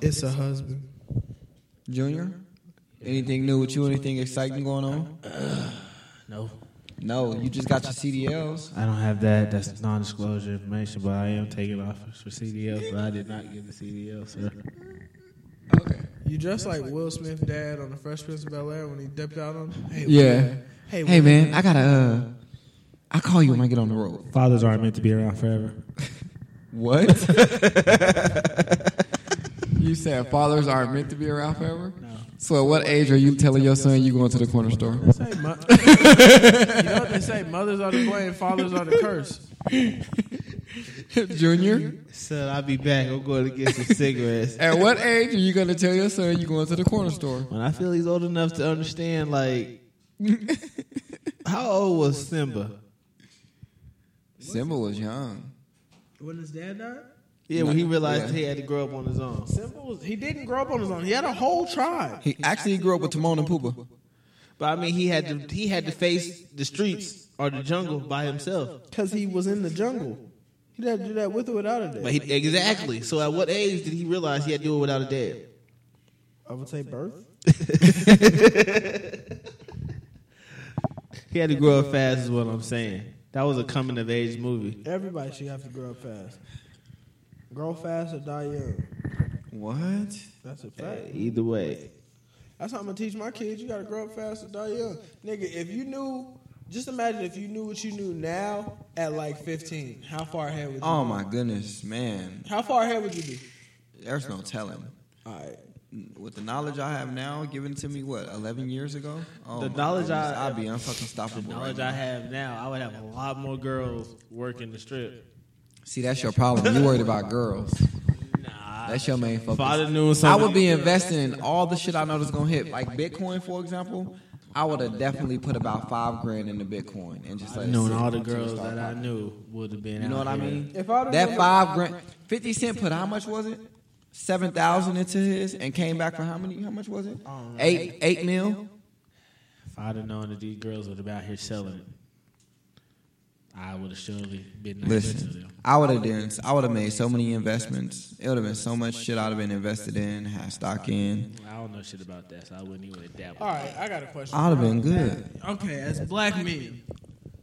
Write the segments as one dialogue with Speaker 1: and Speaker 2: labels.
Speaker 1: It's a husband.
Speaker 2: Junior? Anything new with you? Anything exciting going on?
Speaker 3: No,
Speaker 2: No, you just got your CDLs.
Speaker 3: I don't have that. That's non-disclosure information, but I am taking offers for CDL, but I did not get the CDL, sir.
Speaker 2: Okay.
Speaker 1: You dress like Will Smith's dad on The Fresh Prince of Bel Air when he dipped out on. Hey,
Speaker 2: Yeah.
Speaker 1: Hey,
Speaker 2: Hey man, I gotta. uh I call you when I get on the road.
Speaker 3: Fathers aren't meant to be around forever.
Speaker 2: What? you said fathers aren't meant to be around forever. So, at what age are you telling your son you going to the corner store?
Speaker 1: Say, mo- you know what they say? Mothers are the blame, fathers are the curse.
Speaker 2: Junior,
Speaker 3: Son, I'll be back. I'm going to get some cigarettes.
Speaker 2: at what age are you gonna tell your son you going to the corner store?
Speaker 3: When I feel he's old enough to understand, like, how old was Simba?
Speaker 2: Simba was young.
Speaker 1: When his dad died,
Speaker 3: Yeah, when he realized
Speaker 2: Yeah.
Speaker 3: he had to grow up on his own.
Speaker 1: Simba was. He didn't grow up on his own. He had a whole tribe.
Speaker 2: He actually grew up with Timon and Pumbaa.
Speaker 3: But I mean, he had to he had to face the streets or the jungle by himself.
Speaker 1: Because he was in the jungle. He had to do that with or without a
Speaker 3: But
Speaker 1: dad.
Speaker 3: he, exactly. So, at what age did he realize he had to do it without a dad?
Speaker 1: I would say birth.
Speaker 3: He had to grow up fast, is what I'm saying. That was a coming of age movie.
Speaker 1: Everybody should have to grow up fast. Grow fast or die young.
Speaker 2: What?
Speaker 1: That's a fact.
Speaker 3: Either way,
Speaker 1: That's how I'm gonna teach my kids. You gotta grow up fast or die young, nigga. If you knew, just imagine if you knew what you knew now at like 15. How far ahead would you?
Speaker 2: Oh my goodness, man.
Speaker 1: How far ahead would you be?
Speaker 2: There's no telling.
Speaker 1: All right.
Speaker 2: With the knowledge I have now, given to me what eleven years ago. Oh
Speaker 3: The
Speaker 2: my
Speaker 3: knowledge
Speaker 2: goodness,
Speaker 3: I-
Speaker 2: I'd be unfucking stoppable.
Speaker 3: knowledge
Speaker 2: right now.
Speaker 3: I have now, I would have a lot more girls working the strip.
Speaker 2: See, that's your problem. You worried about girls.
Speaker 3: Nah,
Speaker 2: That's your main
Speaker 3: if I'd
Speaker 2: focus.
Speaker 3: have knew
Speaker 2: I
Speaker 3: something,
Speaker 2: would be investing in all the shit I know that's gonna hit, like Bitcoin, for example. I would have definitely put about five grand into Bitcoin and just like
Speaker 3: knowing all the girls that I knew would have been.
Speaker 2: You know
Speaker 3: out
Speaker 2: what I
Speaker 3: here.
Speaker 2: mean?
Speaker 1: If I
Speaker 2: That five grand, Fifty Cent put how much was it? Seven thousand into his and came back for how many? How much was it? Eight, eight mil.
Speaker 3: If I'd have known that these girls would have been out here selling it, I would have surely been nice to
Speaker 2: Listen,
Speaker 3: them.
Speaker 2: I would have done. I would have made so many investments. It would have been so much shit I'd have been invested in, had stock in.
Speaker 3: I don't know shit about that, so I wouldn't even dabble.
Speaker 1: All right, I got a question.
Speaker 2: I'd have been good.
Speaker 4: Okay, as black men,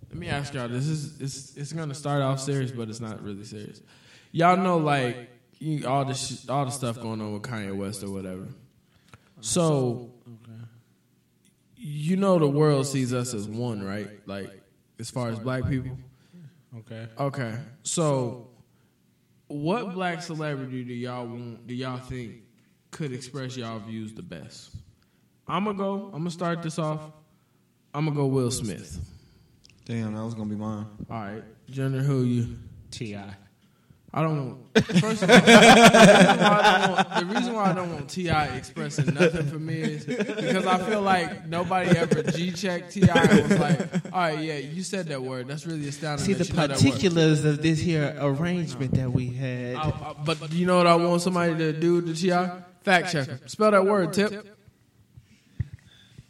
Speaker 4: let me ask y'all this. is it's it's gonna start off serious, but it's not really serious. Y'all know like you, all the sh- all the stuff going on with Kanye West or whatever. So you know the world sees us as one, right? Like as far as black people.
Speaker 3: Okay.
Speaker 4: Okay, so what black celebrity do y'all want? Do y'all think could express y'all views the best? I'm gonna go. I'm gonna start this off. I'm gonna go Will Smith.
Speaker 2: Damn, that was gonna be mine.
Speaker 4: All right, Jenner, who you?
Speaker 3: Ti.
Speaker 4: I don't want. First of all, the reason why I don't want, the reason why I don't want Ti expressing nothing for me is because I feel like nobody ever G checked Ti and was like, "All right, yeah, you said that word. That's really astounding."
Speaker 3: See
Speaker 4: that
Speaker 3: the
Speaker 4: you know that word."
Speaker 3: particulars of this here arrangement that we had.
Speaker 4: I, I, but you know what I want somebody to do to Ti? Fact checker. Spell that word, Tip.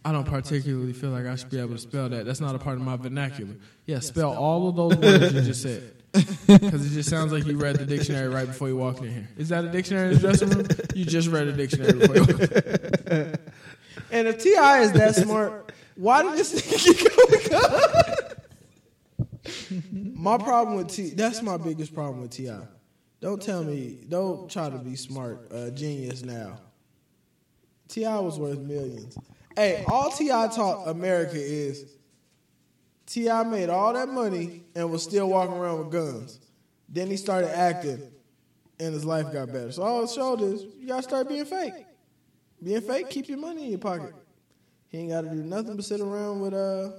Speaker 4: I don't particularly feel like I should be able to spell that. That's not a part of my vernacular. Yeah, spell all of those words you just said. Because it just sounds like you read the dictionary right before you walked in here. Is that a dictionary in the dressing room? You just read a dictionary before you walked in.
Speaker 1: And if Ti is that smart, why did this nigga keep going up? My problem with Ti, that's my biggest problem with Ti. Don't tell me, don't try to be smart, uh, genius now. Ti was worth millions. Hey, all Ti taught America is Ti made all that money and was still walking around with guns. Then he started acting, and his life got better. So all it showed is you gotta start being fake. Being fake, keep your money in your pocket. He ain't got to do nothing but sit around with uh,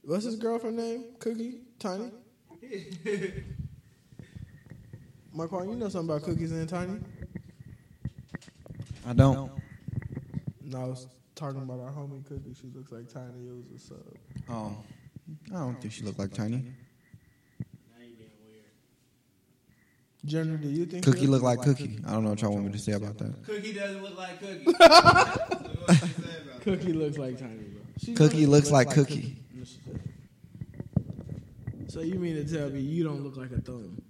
Speaker 1: what's his girlfriend name? Cookie Tiny. Marquand, you know something about cookies and Tiny?
Speaker 2: I don't.
Speaker 1: No, I was talking about our homie Cookie. She looks like Tiny. It was a sub.
Speaker 2: Oh, I don't think she looked like Tiny.
Speaker 1: Jenner, do you think
Speaker 2: Cookie looked like Cookie. I don't know what y'all want me to say about that.
Speaker 3: Cookie doesn't look like Cookie.
Speaker 1: Cookie looks like Tiny, bro? She
Speaker 2: Cookie looks like Cookie.
Speaker 1: So you mean to tell me you don't look like a thumb?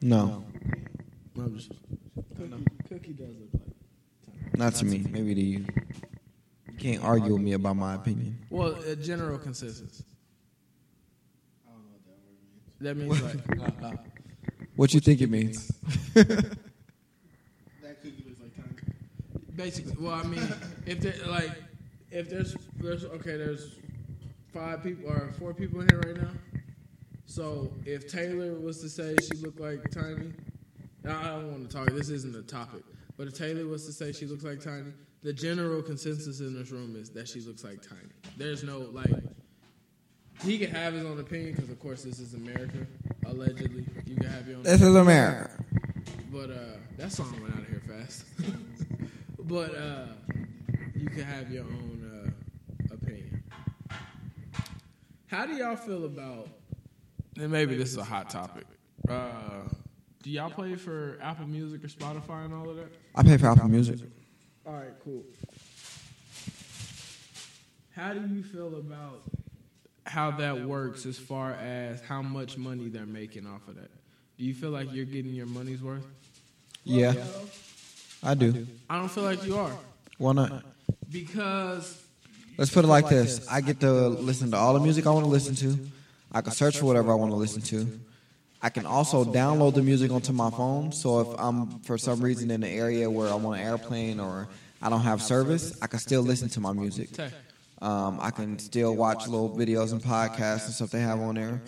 Speaker 2: No.
Speaker 1: I'm just. Cookie, think he does look like.
Speaker 2: Not to me, maybe to you. You can't argue with me about my opinion.
Speaker 4: Well, a general consensus.
Speaker 1: I don't know what that word means.
Speaker 4: That means like,
Speaker 2: What you think it means?
Speaker 1: That cookie looks like Tiny.
Speaker 4: basically. Well, I mean, if there like, if there's there's okay, there's five people or four people in here right now. So if Taylor was to say she looked like Tiny, now I don't want to talk. This isn't a topic. But if Taylor was to say she looks like Tiny, the general consensus in this room is that she looks like Tiny. There's no like. He can have his own opinion because, of course, this is America. Allegedly, you can have your own.
Speaker 2: This is America.
Speaker 4: But uh, that song went out of here fast. but uh, you can have your own uh, opinion. How do y'all feel about? And maybe this is a hot topic. Uh, do y'all play for Apple Music or Spotify and all of that?
Speaker 2: I pay for Apple Music.
Speaker 4: All right, cool. How do you feel about how that works as far as how much money they're making off of that? Do you feel like you're getting your money's worth?
Speaker 2: Yeah, I do.
Speaker 4: I don't feel like you are
Speaker 2: Why not?
Speaker 4: because
Speaker 2: Let's put it like this: I get to listen to all the music I want to listen to. I can search for whatever I want to listen to. I can also download the music onto my phone. So if I'm for some reason in an area where I'm on an airplane or I don't have service, I can still listen to my music.
Speaker 4: Tay,
Speaker 2: Um, I can still watch little videos and podcasts and stuff they have on there.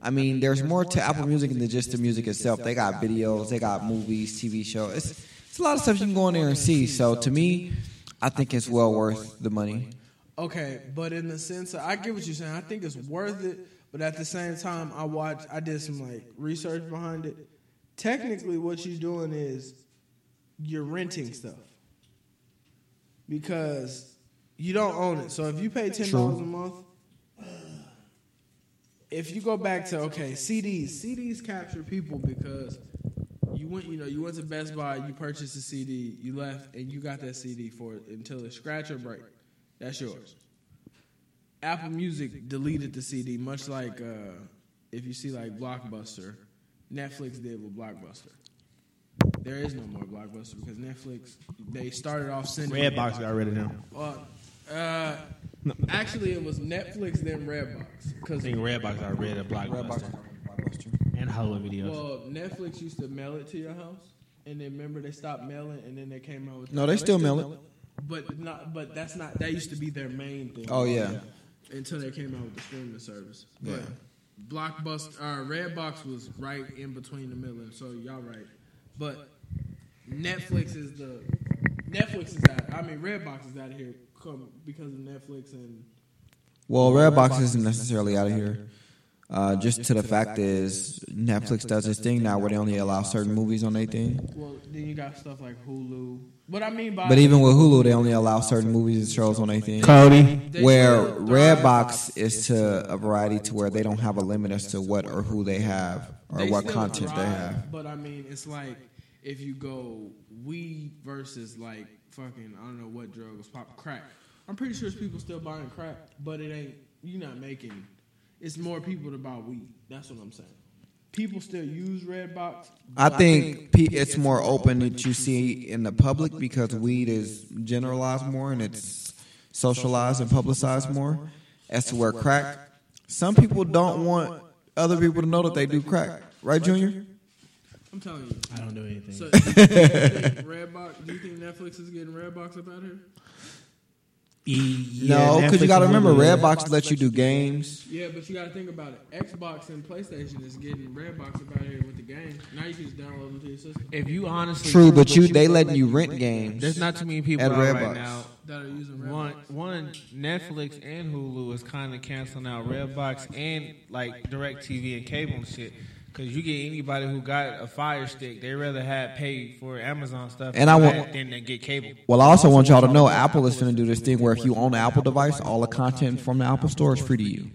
Speaker 2: I mean, there's more to Apple Music than just the music itself. They got videos, they got movies, TV shows. It's, it's a lot of stuff you can go in there and see. So to me, I think it's well worth the money.
Speaker 4: Okay, but in the sense, of, I get what you're saying. I think it's worth it, but at the same time, I watched, I did some like research behind it. Technically, what you're doing is you're renting stuff because you don't own it. So if you pay ten dollars a month, if you go back to okay CDs, CDs capture people because you went, you know, you went to Best Buy, you purchased a CD, you left, and you got that CD for it until it scratch or break. That's yours. Apple Music deleted the CD, much like uh, if you see like Blockbuster, Netflix did with Blockbuster. There is no more Blockbuster because Netflix they started off sending
Speaker 5: Redbox got rid of them.
Speaker 4: well, uh, actually, it was Netflix then Redbox
Speaker 5: I
Speaker 4: because
Speaker 5: think Redbox got rid of Blockbuster and Hulu videos.
Speaker 4: well, Netflix used to mail it to your house, and then remember they stopped mailing, and then they came out with
Speaker 2: No, they still mail it.
Speaker 4: but not but that's not that used to be their main thing.
Speaker 2: Oh, yeah.
Speaker 4: until they came out with the streaming service.
Speaker 2: Yeah.
Speaker 4: But Blockbuster, uh, Redbox was right in between the middle, so y'all right. But Netflix is the Netflix is out. I mean, Redbox is out of here come because of Netflix and.
Speaker 2: Well, Redbox isn't necessarily out of here. Uh, just to the fact is, Netflix does this thing now where they only allow certain movies on their thing.
Speaker 4: Well, then you got stuff like Hulu. But I mean, by
Speaker 2: But even with Hulu, they only allow certain movies and shows on their thing.
Speaker 5: Cody,
Speaker 4: They
Speaker 2: Where
Speaker 4: still-
Speaker 2: Redbox is to a variety to where they don't have a limit as to what or who they have or
Speaker 4: they
Speaker 2: what
Speaker 4: still
Speaker 2: content they
Speaker 4: thrive,
Speaker 2: have.
Speaker 4: But I mean, it's like if you go weed versus like fucking I don't know what drug was pop crack. I'm pretty sure there's people still buying crack, but it ain't you're not making. It's more people to buy weed. That's what I'm saying. People still use Redbox.
Speaker 2: I think P- it's more open that you see in the public because weed is generalized more and it's socialized and publicized more. As to where crack, some people don't want other people to know that they do crack, right, Junior?
Speaker 4: I'm telling you.
Speaker 5: I don't do anything.
Speaker 4: So, do you think Redbox? Do you think Netflix is getting Redbox up out here?
Speaker 5: E,
Speaker 2: No, because you got to remember, Redbox lets you do games.
Speaker 4: Yeah, but you got to think about it. Xbox and PlayStation is getting Redbox up out here with the game. Now you can just download them to your system
Speaker 5: If you honestly
Speaker 2: True, but you they letting you rent games.
Speaker 5: there's not too many people
Speaker 2: At
Speaker 5: out
Speaker 2: Redbox.
Speaker 5: right now.
Speaker 4: that are using Redbox.
Speaker 5: One, one Netflix and Hulu is kind of canceling out Redbox and like DirecTV and cable and shit. Cause you get anybody who got a Fire Stick, they rather have pay for Amazon stuff
Speaker 2: And I want-
Speaker 5: than they get cable.
Speaker 2: Well, I also want y'all to know Apple is going to do this thing where if you own an Apple device, all the content from the Apple store is free to you.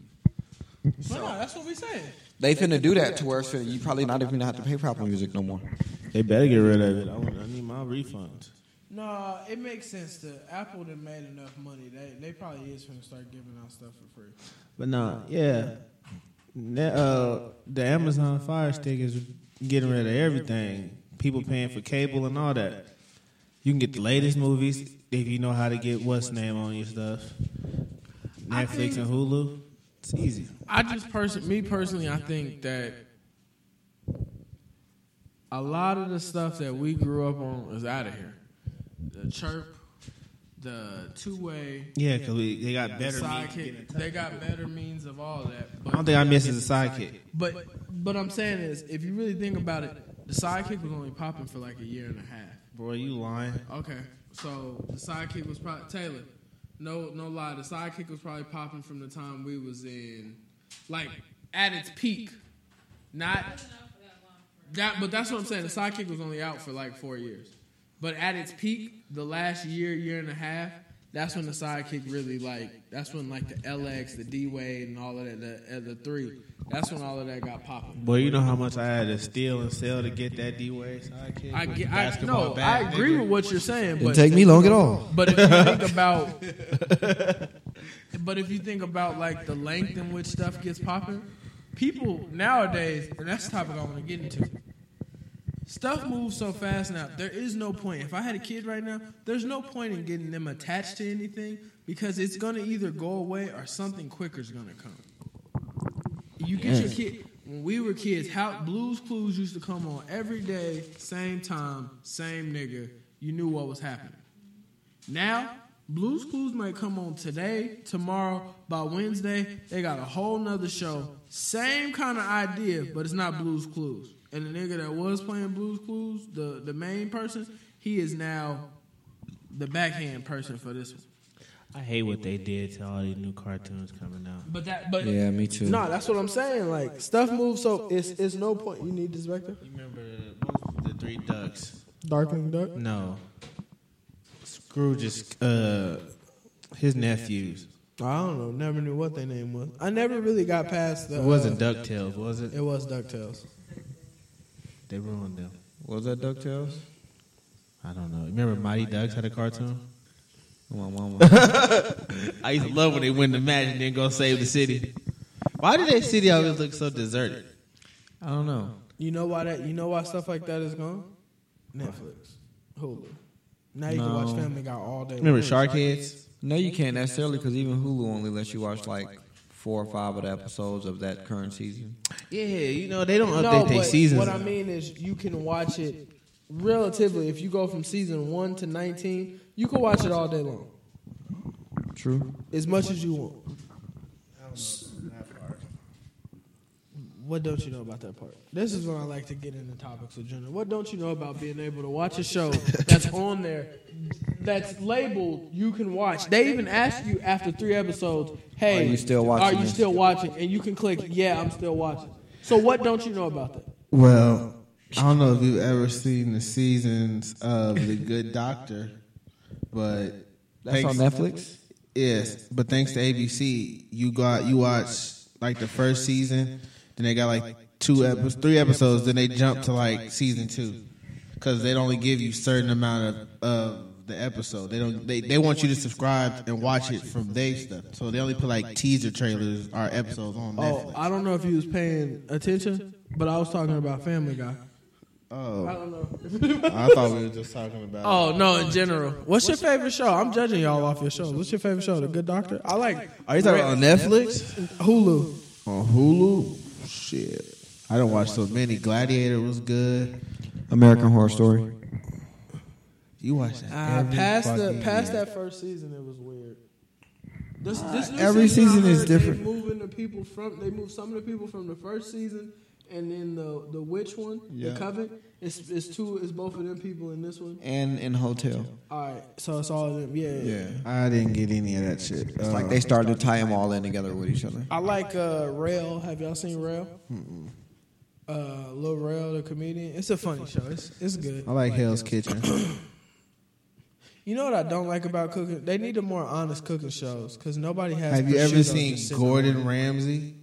Speaker 4: No, no, that's what we saying.
Speaker 2: They finna do that to where it's finna, you probably not even have to pay for Apple Music no more.
Speaker 6: They better get rid of it. I, want, I need my refunds.
Speaker 4: No, it makes sense to Apple. That made enough money. They they probably is gonna start giving out stuff for free.
Speaker 6: But nah, yeah. Ne- uh, the Amazon Fire Stick is getting rid of everything. People paying for cable and all that.
Speaker 3: You can get the latest movies if you know how to get what's name on your stuff. Netflix and Hulu. It's easy.
Speaker 4: I just person me personally, I think that a lot of the stuff that we grew up on is out of here. The chirp, the two way,
Speaker 3: Yeah, because they got better. means to get in
Speaker 4: sidekick.
Speaker 3: touch.
Speaker 4: They got better means of all that.
Speaker 3: I don't think I miss is a sidekick.
Speaker 4: But but I'm saying is, if you really think about it, the sidekick was only popping for like a year and a half.
Speaker 3: Bro, you lying.
Speaker 4: Okay, so the sidekick was probably Taylor. No no lie, the sidekick was probably popping from the time we was in, like at its peak, not that. But that's what I'm saying. The sidekick was only out for like four years, but at its peak, the last year year and a half. That's when the sidekick really like. That's when like the LX, the D Wade, and all of that, the, uh, the three. That's when all of that got popping.
Speaker 3: Boy, you know how much I had to steal and sell to get that D Wade sidekick.
Speaker 4: I,
Speaker 3: with
Speaker 4: get,
Speaker 3: the
Speaker 4: I,
Speaker 3: basketball
Speaker 4: no, I
Speaker 3: bat,
Speaker 4: agree
Speaker 3: nigga.
Speaker 4: with what you're saying,
Speaker 2: Didn't
Speaker 4: but
Speaker 2: take me long at all.
Speaker 4: But if you think about, but if you think about like the length in which stuff gets popping, people nowadays, and that's the topic I want to get into. Stuff moves so fast now. There is no point. If I had a kid right now, there's no point in getting them attached to anything because it's gonna either go away or something quicker is gonna come. You get your kid. When we were kids, how Blues Clues used to come on every day, same time, same nigga. You knew what was happening. Now, Blues Clues might come on today, tomorrow, by Wednesday. They got a whole nother show. Same kind of idea, but it's not Blues Clues. And the nigga that was playing Blues Clues, the, the main person, he is now the backhand person for this one.
Speaker 3: I hate what they did to all these new cartoons coming out.
Speaker 4: But that, but
Speaker 2: Yeah, me too.
Speaker 1: No, that's what I'm saying. Like stuff moves, so it's it's no point. You need this vector.
Speaker 3: You remember uh, the, the three ducks?
Speaker 1: Darkwing Duck.
Speaker 3: No. Scrooge's uh, his nephews.
Speaker 1: I don't know. Never knew what their name was. I never really got past the.
Speaker 3: It wasn't
Speaker 1: uh,
Speaker 3: Ducktales, was it?
Speaker 1: It was Ducktales.
Speaker 3: They ruined them.
Speaker 2: Was that Ducktales?
Speaker 3: I don't know. Remember Mighty Ducks had a cartoon?
Speaker 2: My mama.
Speaker 3: I used to love when they win the match and then go save the city. Why did that city always look so deserted?
Speaker 2: I don't know.
Speaker 1: You know why that? You know why stuff like that is gone? Netflix, Hulu. Now you can watch
Speaker 2: No.
Speaker 1: Family Guy all day.
Speaker 3: Remember Sharkheads?
Speaker 2: No, you can't necessarily because even Hulu only lets you watch like four or five of the episodes of that current season.
Speaker 3: Yeah, you know they don't
Speaker 1: No,
Speaker 3: update their
Speaker 1: but
Speaker 3: seasons.
Speaker 1: what I mean is you can watch it relatively. If you go from season one to nineteen, you can watch it all day long,
Speaker 2: True.
Speaker 1: as much as you want. What don't you know about that part? This is when I like to get into topics with Jenna. What don't you know about being able to watch a show that's on there, that's labeled you can watch? They even ask you after three episodes, hey,
Speaker 2: Are you still watching
Speaker 1: Are you
Speaker 2: this?
Speaker 1: still watching? And you can click, yeah, I'm still watching. So what don't you know about that?
Speaker 6: Well, I don't know if you've ever seen the seasons of The Good Doctor, but
Speaker 2: That's
Speaker 6: thanks-
Speaker 2: on Netflix.
Speaker 6: Yes, but thanks to ABC, you got you watch like the first season, then they got like two episodes, three episodes, then they jump to like season two, because they only give you certain amount of of the episode. They don't they, they want you to subscribe and watch it from their stuff. So they only put like teaser trailers or episodes on
Speaker 1: Oh,
Speaker 6: Netflix.
Speaker 1: I don't know if you was paying attention, but I was talking about Family Guy. I
Speaker 6: Oh,
Speaker 1: don't know.
Speaker 6: I thought we were just talking about.
Speaker 1: Oh no, in general. What's your favorite show? I'm judging y'all off your shows. What's your favorite show? The Good Doctor. I like
Speaker 6: Are you talking about on Netflix?
Speaker 1: Hulu.
Speaker 6: On Hulu? Shit. I don't watch so many. Gladiator was good.
Speaker 2: American Horror Story.
Speaker 6: You watch that.
Speaker 1: Uh,
Speaker 6: every
Speaker 1: past the
Speaker 6: fucking
Speaker 1: past
Speaker 6: year.
Speaker 1: that first season, it was weird. This, this new
Speaker 6: every
Speaker 1: I
Speaker 6: season is
Speaker 1: heard
Speaker 6: different.
Speaker 1: They moving the people from they moved some of the people from the first season, and then the the witch one,
Speaker 6: Yeah.
Speaker 1: the coven. It's it's two. It's both of them people in this one.
Speaker 2: And in Hotel.
Speaker 1: All right, so it's all of them. Yeah.
Speaker 6: Yeah. I didn't get any of that shit. Uh,
Speaker 2: It's like they started to tie them all in together with each other.
Speaker 1: I like uh, Rail. Have y'all seen Rail? Uh, Lil Rail, the comedian. It's a funny show. It's it's good.
Speaker 6: I like Hell's Kitchen.
Speaker 1: You know what I don't like about cooking? They need a more honest cooking shows because nobody has.
Speaker 6: Have you
Speaker 1: prosciutto
Speaker 6: ever
Speaker 1: just
Speaker 6: seen
Speaker 1: sitting
Speaker 6: Gordon Ramsay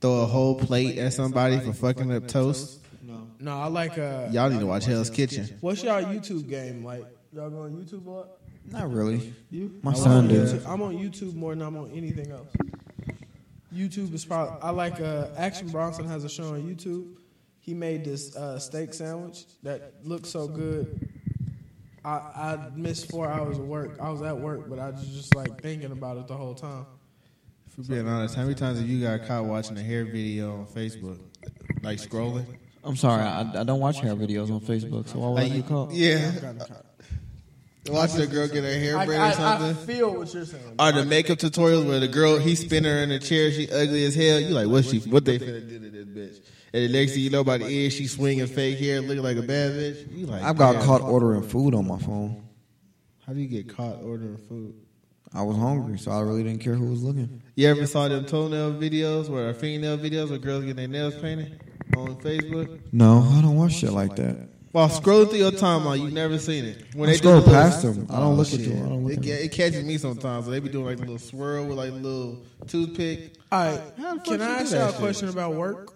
Speaker 6: throw a whole plate at somebody for fucking up toast?
Speaker 1: on- No, I like. Uh,
Speaker 6: Y'all need to watch Hell's Kitchen.
Speaker 1: what's y'all YouTube game like? Y'all go on YouTube a lot?
Speaker 2: Not really.
Speaker 1: You?
Speaker 2: My
Speaker 1: I'm
Speaker 2: son
Speaker 1: on
Speaker 2: does.
Speaker 1: YouTube- I'm on YouTube more than I'm on anything else. YouTube is probably. I like. Uh, Action Bronson has a show on YouTube. He made this uh, steak sandwich that looks so good. I, I missed four hours of work. I was at work, but I was just like thinking about it the whole time.
Speaker 6: If we're being honest, how many times have you got caught watching a hair video on Facebook, like scrolling?
Speaker 2: I'm sorry, I, I don't watch hair videos on Facebook, so why would I get caught?
Speaker 1: I've
Speaker 6: Oh, Yeah,
Speaker 1: gotten caught.
Speaker 6: watching a girl get her hair
Speaker 1: I,
Speaker 6: braid
Speaker 1: I- I
Speaker 6: or something.
Speaker 1: feel what you're saying.
Speaker 6: Or the makeup tutorials where the girl he spin her in a chair, she ugly as hell. You like what she what they finna do to this bitch? And the next thing you know, by the end she swinging fake hair, looking like a bad bitch. You like
Speaker 2: I got
Speaker 6: damn,
Speaker 2: caught ordering food on my phone.
Speaker 6: How do you get caught ordering food?
Speaker 2: I was hungry, so I really didn't care who was looking.
Speaker 6: You ever saw them toenail videos or female videos where girls get their nails painted on Facebook?
Speaker 2: No, I don't watch shit like that.
Speaker 6: While scrolling through your timeline, you've never seen it. When
Speaker 2: I
Speaker 6: do
Speaker 2: scroll
Speaker 6: the little-
Speaker 2: past them. I don't look at
Speaker 6: Shit.
Speaker 2: you. I don't look
Speaker 6: It,
Speaker 2: at
Speaker 6: ca-
Speaker 2: you.
Speaker 6: it catches me sometimes. So they be doing like a little swirl with like a little toothpick.
Speaker 1: All right,
Speaker 6: How the fuck
Speaker 1: can
Speaker 6: you
Speaker 1: I
Speaker 6: do
Speaker 1: ask
Speaker 6: that
Speaker 1: y'all a
Speaker 6: shit?
Speaker 1: question about work?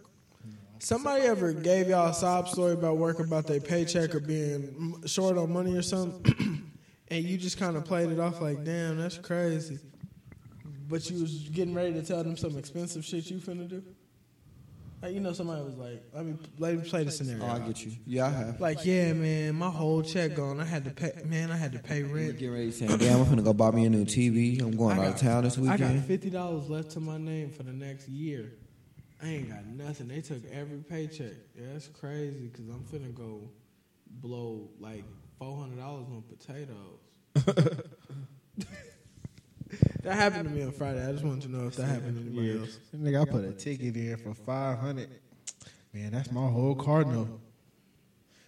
Speaker 1: Somebody ever gave y'all a sob story about work about their paycheck or being m- short on money or something, and you just kind of played it off like, "Damn, that's crazy," but you was getting ready to tell them some expensive shit you finna do. Like, you know, somebody was like, "Let me let me play the scenario."
Speaker 2: get you. Yeah, I have.
Speaker 1: Like, yeah, man, my whole check gone. I had to pay. Man, I had to pay rent.
Speaker 2: Get ready, saying, "Damn, I'm finna go buy me a new TV. I'm going out of town this
Speaker 1: I got
Speaker 2: weekend."
Speaker 1: fifty dollars left to my name for the next year. I ain't got nothing. They took every paycheck. Yeah, that's crazy because I'm finna go blow like four hundred dollars on potatoes. that happened to me on Friday. I just wanted to know if that happened to anybody else.
Speaker 6: Nigga, I put a ticket in for five hundred. Man, that's my whole cardinal.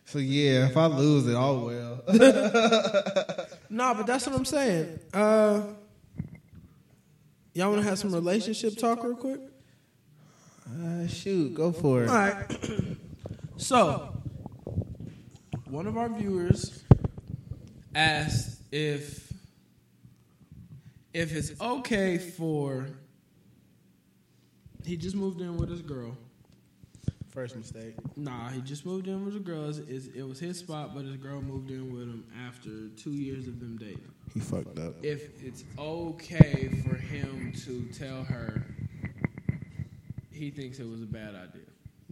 Speaker 6: So yeah, if I lose it, all well.
Speaker 1: Nah, but that's what I'm saying. Uh, y'all wanna have some relationship talk real quick?
Speaker 6: Uh, shoot, go for it.
Speaker 1: All right.
Speaker 4: So, one of our viewers asked if if it's okay for
Speaker 1: He just moved in with his girl.
Speaker 6: First mistake.
Speaker 1: Nah, he just moved in with a girl. It's, it's- it was his spot, but his girl moved in with him after two years of them dating.
Speaker 6: He fucked up.
Speaker 4: if it's okay for him to tell her he thinks it was a bad idea.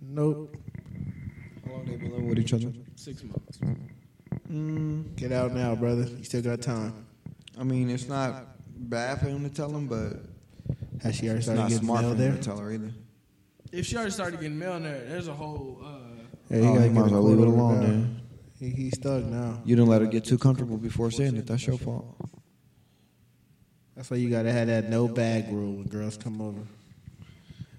Speaker 6: Nope.
Speaker 2: How long they been living with each other?
Speaker 4: Six months.
Speaker 6: Get out now, brother. You still got time.
Speaker 2: I mean, it's not bad for him to tell him, but
Speaker 6: Has she already
Speaker 2: it's
Speaker 6: started
Speaker 2: not
Speaker 6: getting
Speaker 2: smart for
Speaker 6: mail
Speaker 2: him
Speaker 6: there?
Speaker 2: to tell her either.
Speaker 4: If she already started getting mail in there, there's a whole. Uh,
Speaker 6: Hey,
Speaker 2: Oh,
Speaker 6: gotta
Speaker 2: he
Speaker 6: get
Speaker 2: might
Speaker 6: a
Speaker 2: as well leave it
Speaker 6: quarter
Speaker 2: alone
Speaker 6: now.
Speaker 2: then.
Speaker 6: He, he's stuck now.
Speaker 2: You didn't let her get too comfortable before saying it. That's your fault.
Speaker 6: That's why you gotta have that no bag rule when girls come over.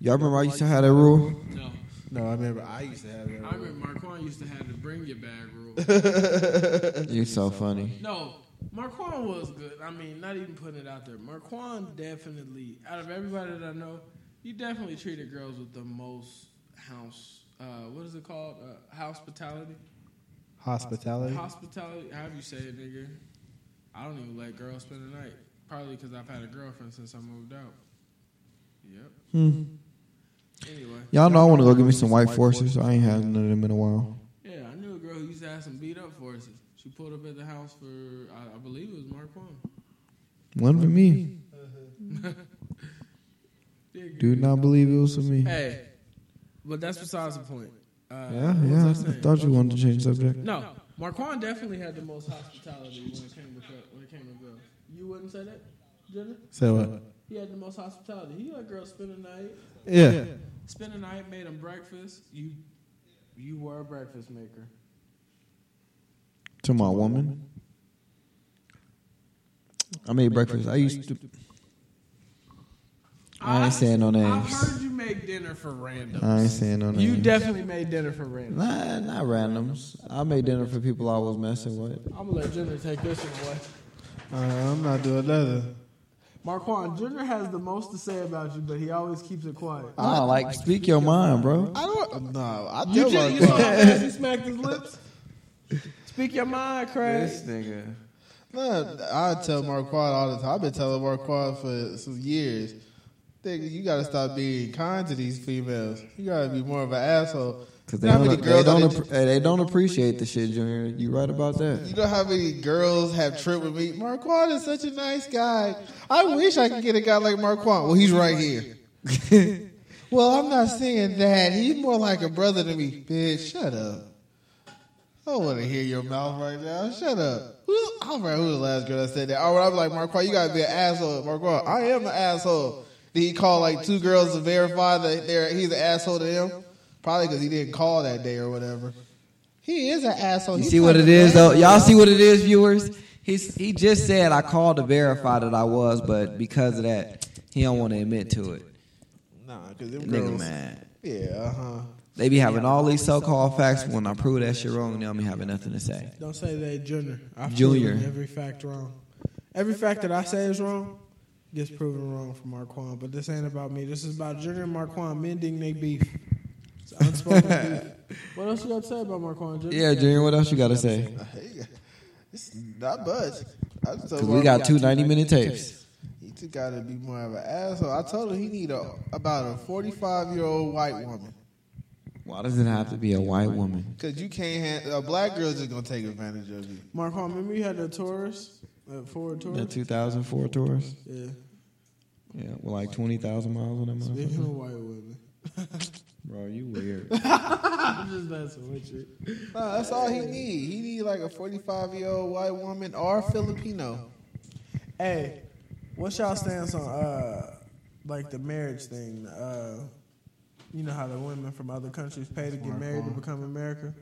Speaker 2: Y'all remember I used to have that rule?
Speaker 4: no,
Speaker 6: No, I remember I used to have that.
Speaker 4: I
Speaker 6: rule.
Speaker 4: remember Marquand used to have the bring your bag rule.
Speaker 2: You so funny.
Speaker 4: no, Marquand was good. I mean, not even putting it out there. Marquand definitely, out of everybody that I know, you definitely treated girls with the most house. Uh, what is it called? Uh, hospitality.
Speaker 6: Hospitality.
Speaker 4: Hospitality, however you say it, nigga. I don't even let girls spend the night. Probably because I've had a girlfriend since I moved out. Yep.
Speaker 2: Hmm.
Speaker 4: Anyway,
Speaker 2: Y'all know I want to go get me some white forces. I ain't had none of them in a while.
Speaker 4: yeah, I knew a girl who used to have some beat up forces. She pulled up at the house for, I, I believe it was Mark One.
Speaker 2: One for me.
Speaker 4: Yeah,
Speaker 2: Do not believe it was for me.
Speaker 4: Hey, but that's besides the point. Uh,
Speaker 2: Yeah,
Speaker 4: what was
Speaker 2: yeah. I
Speaker 4: saying?
Speaker 2: thought you wanted to change subject.
Speaker 4: No, Marquand definitely had the most hospitality when it came to girl- when it came to girls. You wouldn't say that, Jenna?
Speaker 6: Say what?
Speaker 4: He had the most hospitality. He let girls spend the night.
Speaker 6: Yeah.
Speaker 4: Spend the night, made him breakfast. You, you were a breakfast maker.
Speaker 2: To my woman. I made breakfast. I used to. I ain't saying no
Speaker 4: I've
Speaker 2: names.
Speaker 4: heard you make dinner for randoms.
Speaker 2: I ain't saying no names.
Speaker 4: you definitely made dinner for randoms.
Speaker 2: Nah, not randoms. I made dinner for people I was messing with.
Speaker 4: I'm gonna let Jenner take this one away.
Speaker 6: Uh, I'm not doing nothing.
Speaker 4: Marquand, Jenner has the most to say about you, but he always keeps it quiet.
Speaker 2: Ah, like speak your mind, bro.
Speaker 6: I don't. No, I
Speaker 4: You,
Speaker 6: do
Speaker 4: just,
Speaker 6: like
Speaker 4: you saw how
Speaker 6: that.
Speaker 4: fast he smacked his lips. Speak your mind, Craig.
Speaker 2: nigga.
Speaker 6: No, I tell Marquard all the time. I've been telling Marquard for some years. Nigga, you gotta stop being kind to these females. You gotta be more of an asshole.
Speaker 2: Cause they
Speaker 6: How many
Speaker 2: don't, they
Speaker 6: girls
Speaker 2: don't,
Speaker 6: are
Speaker 2: appre- hey, they don't appreciate the shit, Junior. You right about
Speaker 6: You
Speaker 2: that?
Speaker 6: know how many girls have tripped with me? Marquand is such a nice guy. I wish I could get a guy like Marquand. Well, he's right here. well, I'm not saying that. He's more like a brother to me. Bitch, shut up. I want to hear your mouth right now. Shut up. Who, I don't remember who the last girl that said that. All right, I'm like, Marquard, you got to be an asshole. Marquard, I am an asshole. Did he call like two girls to verify that they're, he's an asshole to them? Probably because he didn't call that day or whatever. He is an asshole.
Speaker 2: You
Speaker 6: He
Speaker 2: see what
Speaker 6: played
Speaker 2: it
Speaker 6: the
Speaker 2: is, though.
Speaker 6: game.
Speaker 2: Y'all see what it is, viewers. He's he just said I called to verify that I was, but because of that, he don't want to admit to it.
Speaker 1: Nah, because them
Speaker 2: Nigga,
Speaker 1: girls.
Speaker 2: man,
Speaker 1: Yeah, uh huh.
Speaker 2: they be having all these so-called facts. When I prove that shit wrong, they don't be having nothing to say.
Speaker 1: Don't say that, Junior. I've
Speaker 2: Junior.
Speaker 1: proven every fact wrong. Every fact that I say is wrong gets proven wrong for Marquand. But this ain't about me. This is about Junior and Marquand mending their beef. It's unspoken beef. What else you got to say about Marquand, Junior?
Speaker 2: Yeah, Junior, what else you gotta say?
Speaker 6: It's not much. I just told
Speaker 2: Because
Speaker 6: Marquard,
Speaker 2: we got two 90-minute tapes.
Speaker 6: He just got to be more of an asshole. I told him he need a, about a 45 year old white woman.
Speaker 2: Why does it have to be a white woman?
Speaker 6: Because you can't handle a black girl's just going to take advantage of you.
Speaker 1: Marquand, remember you had the Taurus? Uh, Ford
Speaker 2: The
Speaker 1: Taurus?
Speaker 2: 2004 Taurus,
Speaker 1: Yeah.
Speaker 2: yeah, with like 20,000 miles on that
Speaker 1: Speaking
Speaker 2: motherfucker.
Speaker 1: of white women.
Speaker 2: Bro, you weird.
Speaker 1: I'm just messing with you.
Speaker 6: No, that's all he need. He need like a 45 year old white woman or Filipino.
Speaker 1: Hey, what's y'all stance on uh like the marriage thing? Uh you know how the women from other countries pay to get married to become America?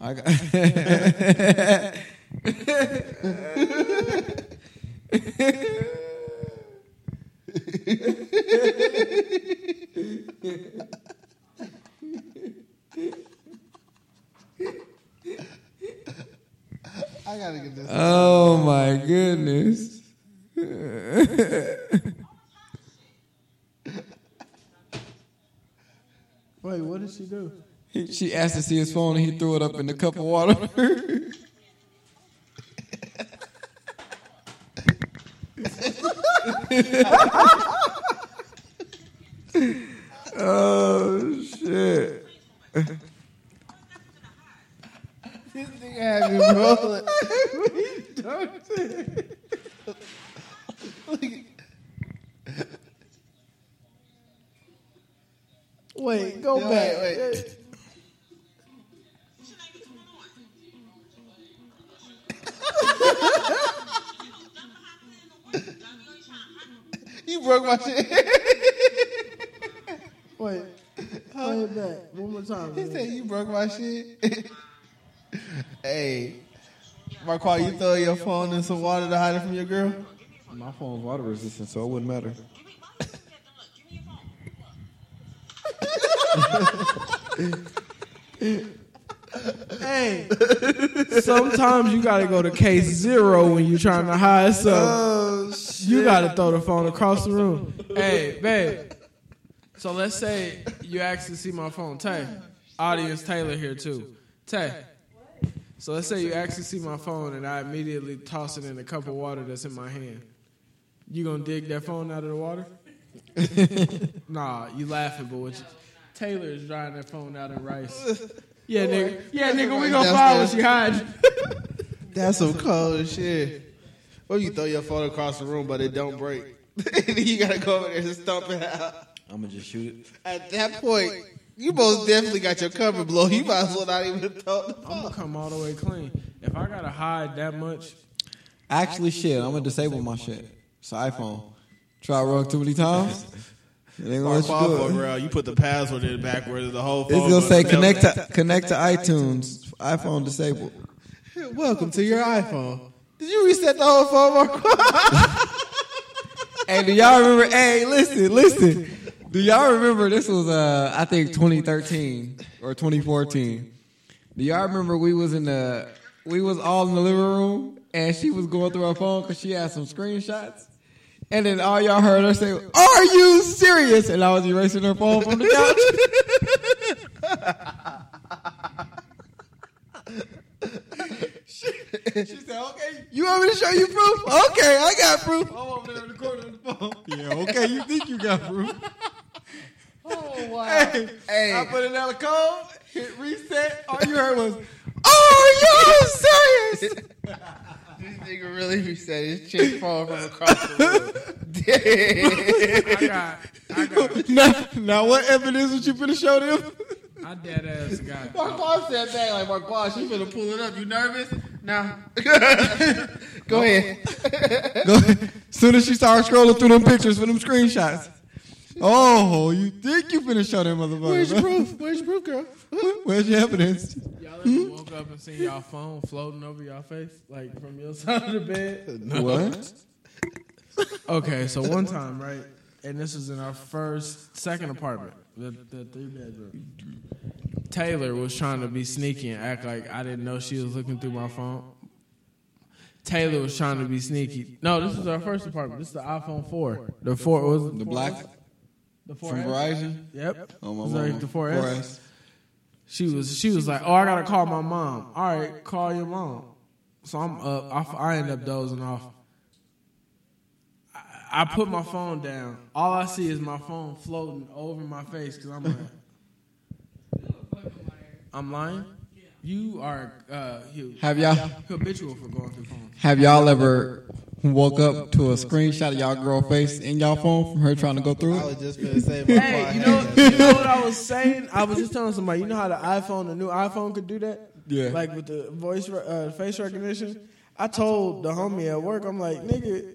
Speaker 2: I got.
Speaker 6: I gotta get this.
Speaker 2: Oh my goodness.
Speaker 1: Wait, what did she do?
Speaker 2: He- she asked to see his phone and he threw it up in the cup of water. oh shit.
Speaker 6: This nigga had me rolling.
Speaker 1: Wait, go
Speaker 6: Wait,
Speaker 1: back.
Speaker 6: wait. You broke my shit.
Speaker 1: Wait. Play it back. One more time.
Speaker 6: He
Speaker 1: man.
Speaker 6: said you broke my shit. hey, Marquard, you throw your phone in some water to hide it from your girl?
Speaker 2: My phone's water resistant, so it wouldn't matter.
Speaker 1: Hey. Sometimes you gotta go to case zero when you're trying to hide something.
Speaker 2: Oh shit.
Speaker 1: You gotta throw the phone across the room.
Speaker 4: hey, babe. So let's say you asked to see my phone. Tay, audience Taylor here too. Tay. So let's say you asked to see my phone and I immediately toss it in a cup of water that's in my hand. You gonna dig that phone out of the water? nah, you laughing, but what you, Taylor is drying that phone out in rice. Yeah, nigga. Yeah, nigga, we gonna find what she hiding.
Speaker 6: That's some cold shit. Or you throw your phone across the room, but it don't break. Then you gotta go over there and stomp it out.
Speaker 2: I'ma just shoot it.
Speaker 6: At that point, you most definitely got your cover blow. You might as well not even throw the
Speaker 4: I'm
Speaker 6: phone.
Speaker 4: gonna come all the way clean. If I gotta hide that much,
Speaker 2: Actually, shit, I'm gonna disable my shit. It's an iPhone. Try rug too many times. It ain't gonna let you do it.
Speaker 6: You put the password in backwards. The whole
Speaker 2: It's gonna say connect to connect to iTunes. iPhone disabled.
Speaker 6: Welcome to your iPhone. Did you reset the whole phone, Mark?
Speaker 2: Hey, do y'all remember? Hey, listen, listen. Do y'all remember? This was uh, I think 2013 or 2014. Do y'all remember we was in the we was all in the living room and she was going through her phone because she had some screenshots. And then all y'all heard her say, "Are you serious?" And I was erasing her phone from the couch. she, she said, "Okay, you want me to show you proof? Okay, I got proof. I'm over there in the corner of the phone. Yeah, okay, you think you got proof?
Speaker 6: Oh, wow.
Speaker 2: Hey, I put in out a code, hit reset. All you heard was, "Oh, are you serious?"
Speaker 6: This nigga really reset his chick phone from across the room. Damn.
Speaker 4: I got, I got,
Speaker 2: now, now, what evidence would you finna show them?
Speaker 4: I dead ass got.
Speaker 5: Marquand said that like Marquand, you finna pull it up. You nervous? Nah.
Speaker 6: Go ahead.
Speaker 2: Go soon as she started scrolling through them pictures for them screenshots. Oh, you think you finna show that motherfucker? Where's your proof?
Speaker 6: Where's your proof, girl?
Speaker 2: Where's your evidence?
Speaker 4: Y'all ever woke up and seen y'all phone floating over y'all face, like from your side of the bed?
Speaker 2: What?
Speaker 4: Okay, so one time, right, and this was in our first, second apartment, the, the three bedroom. Taylor was trying to be sneaky and act like I didn't know she was looking through my phone. Taylor was trying to be sneaky. No, this is our first apartment. This is the iPhone four, the four what was it?
Speaker 2: The black
Speaker 4: the four
Speaker 2: from Verizon?
Speaker 4: Yep.
Speaker 2: Oh
Speaker 4: It was like
Speaker 2: mama.
Speaker 4: the 4S.
Speaker 2: 4S.
Speaker 4: She was she was like, "Oh, I gotta call my mom." All right, call your mom. So I'm up. I, f- I end up dozing off. I, I put my phone down. All I see is my phone floating over my face because I'm like, I'm lying. You are uh, you
Speaker 2: Have y'all
Speaker 4: habitual for going through phones.
Speaker 2: have y'all ever woke up to a screenshot of y'all girl face in y'all phone from her trying to go through
Speaker 6: I was
Speaker 2: it?
Speaker 6: just gonna say,
Speaker 4: Hey, you know, you know what I was saying? I was just telling somebody, you know how the iPhone, the new iPhone could do that?
Speaker 2: Yeah.
Speaker 4: Like with the voice, re- uh, face recognition. I told the homie at work, I'm like, nigga,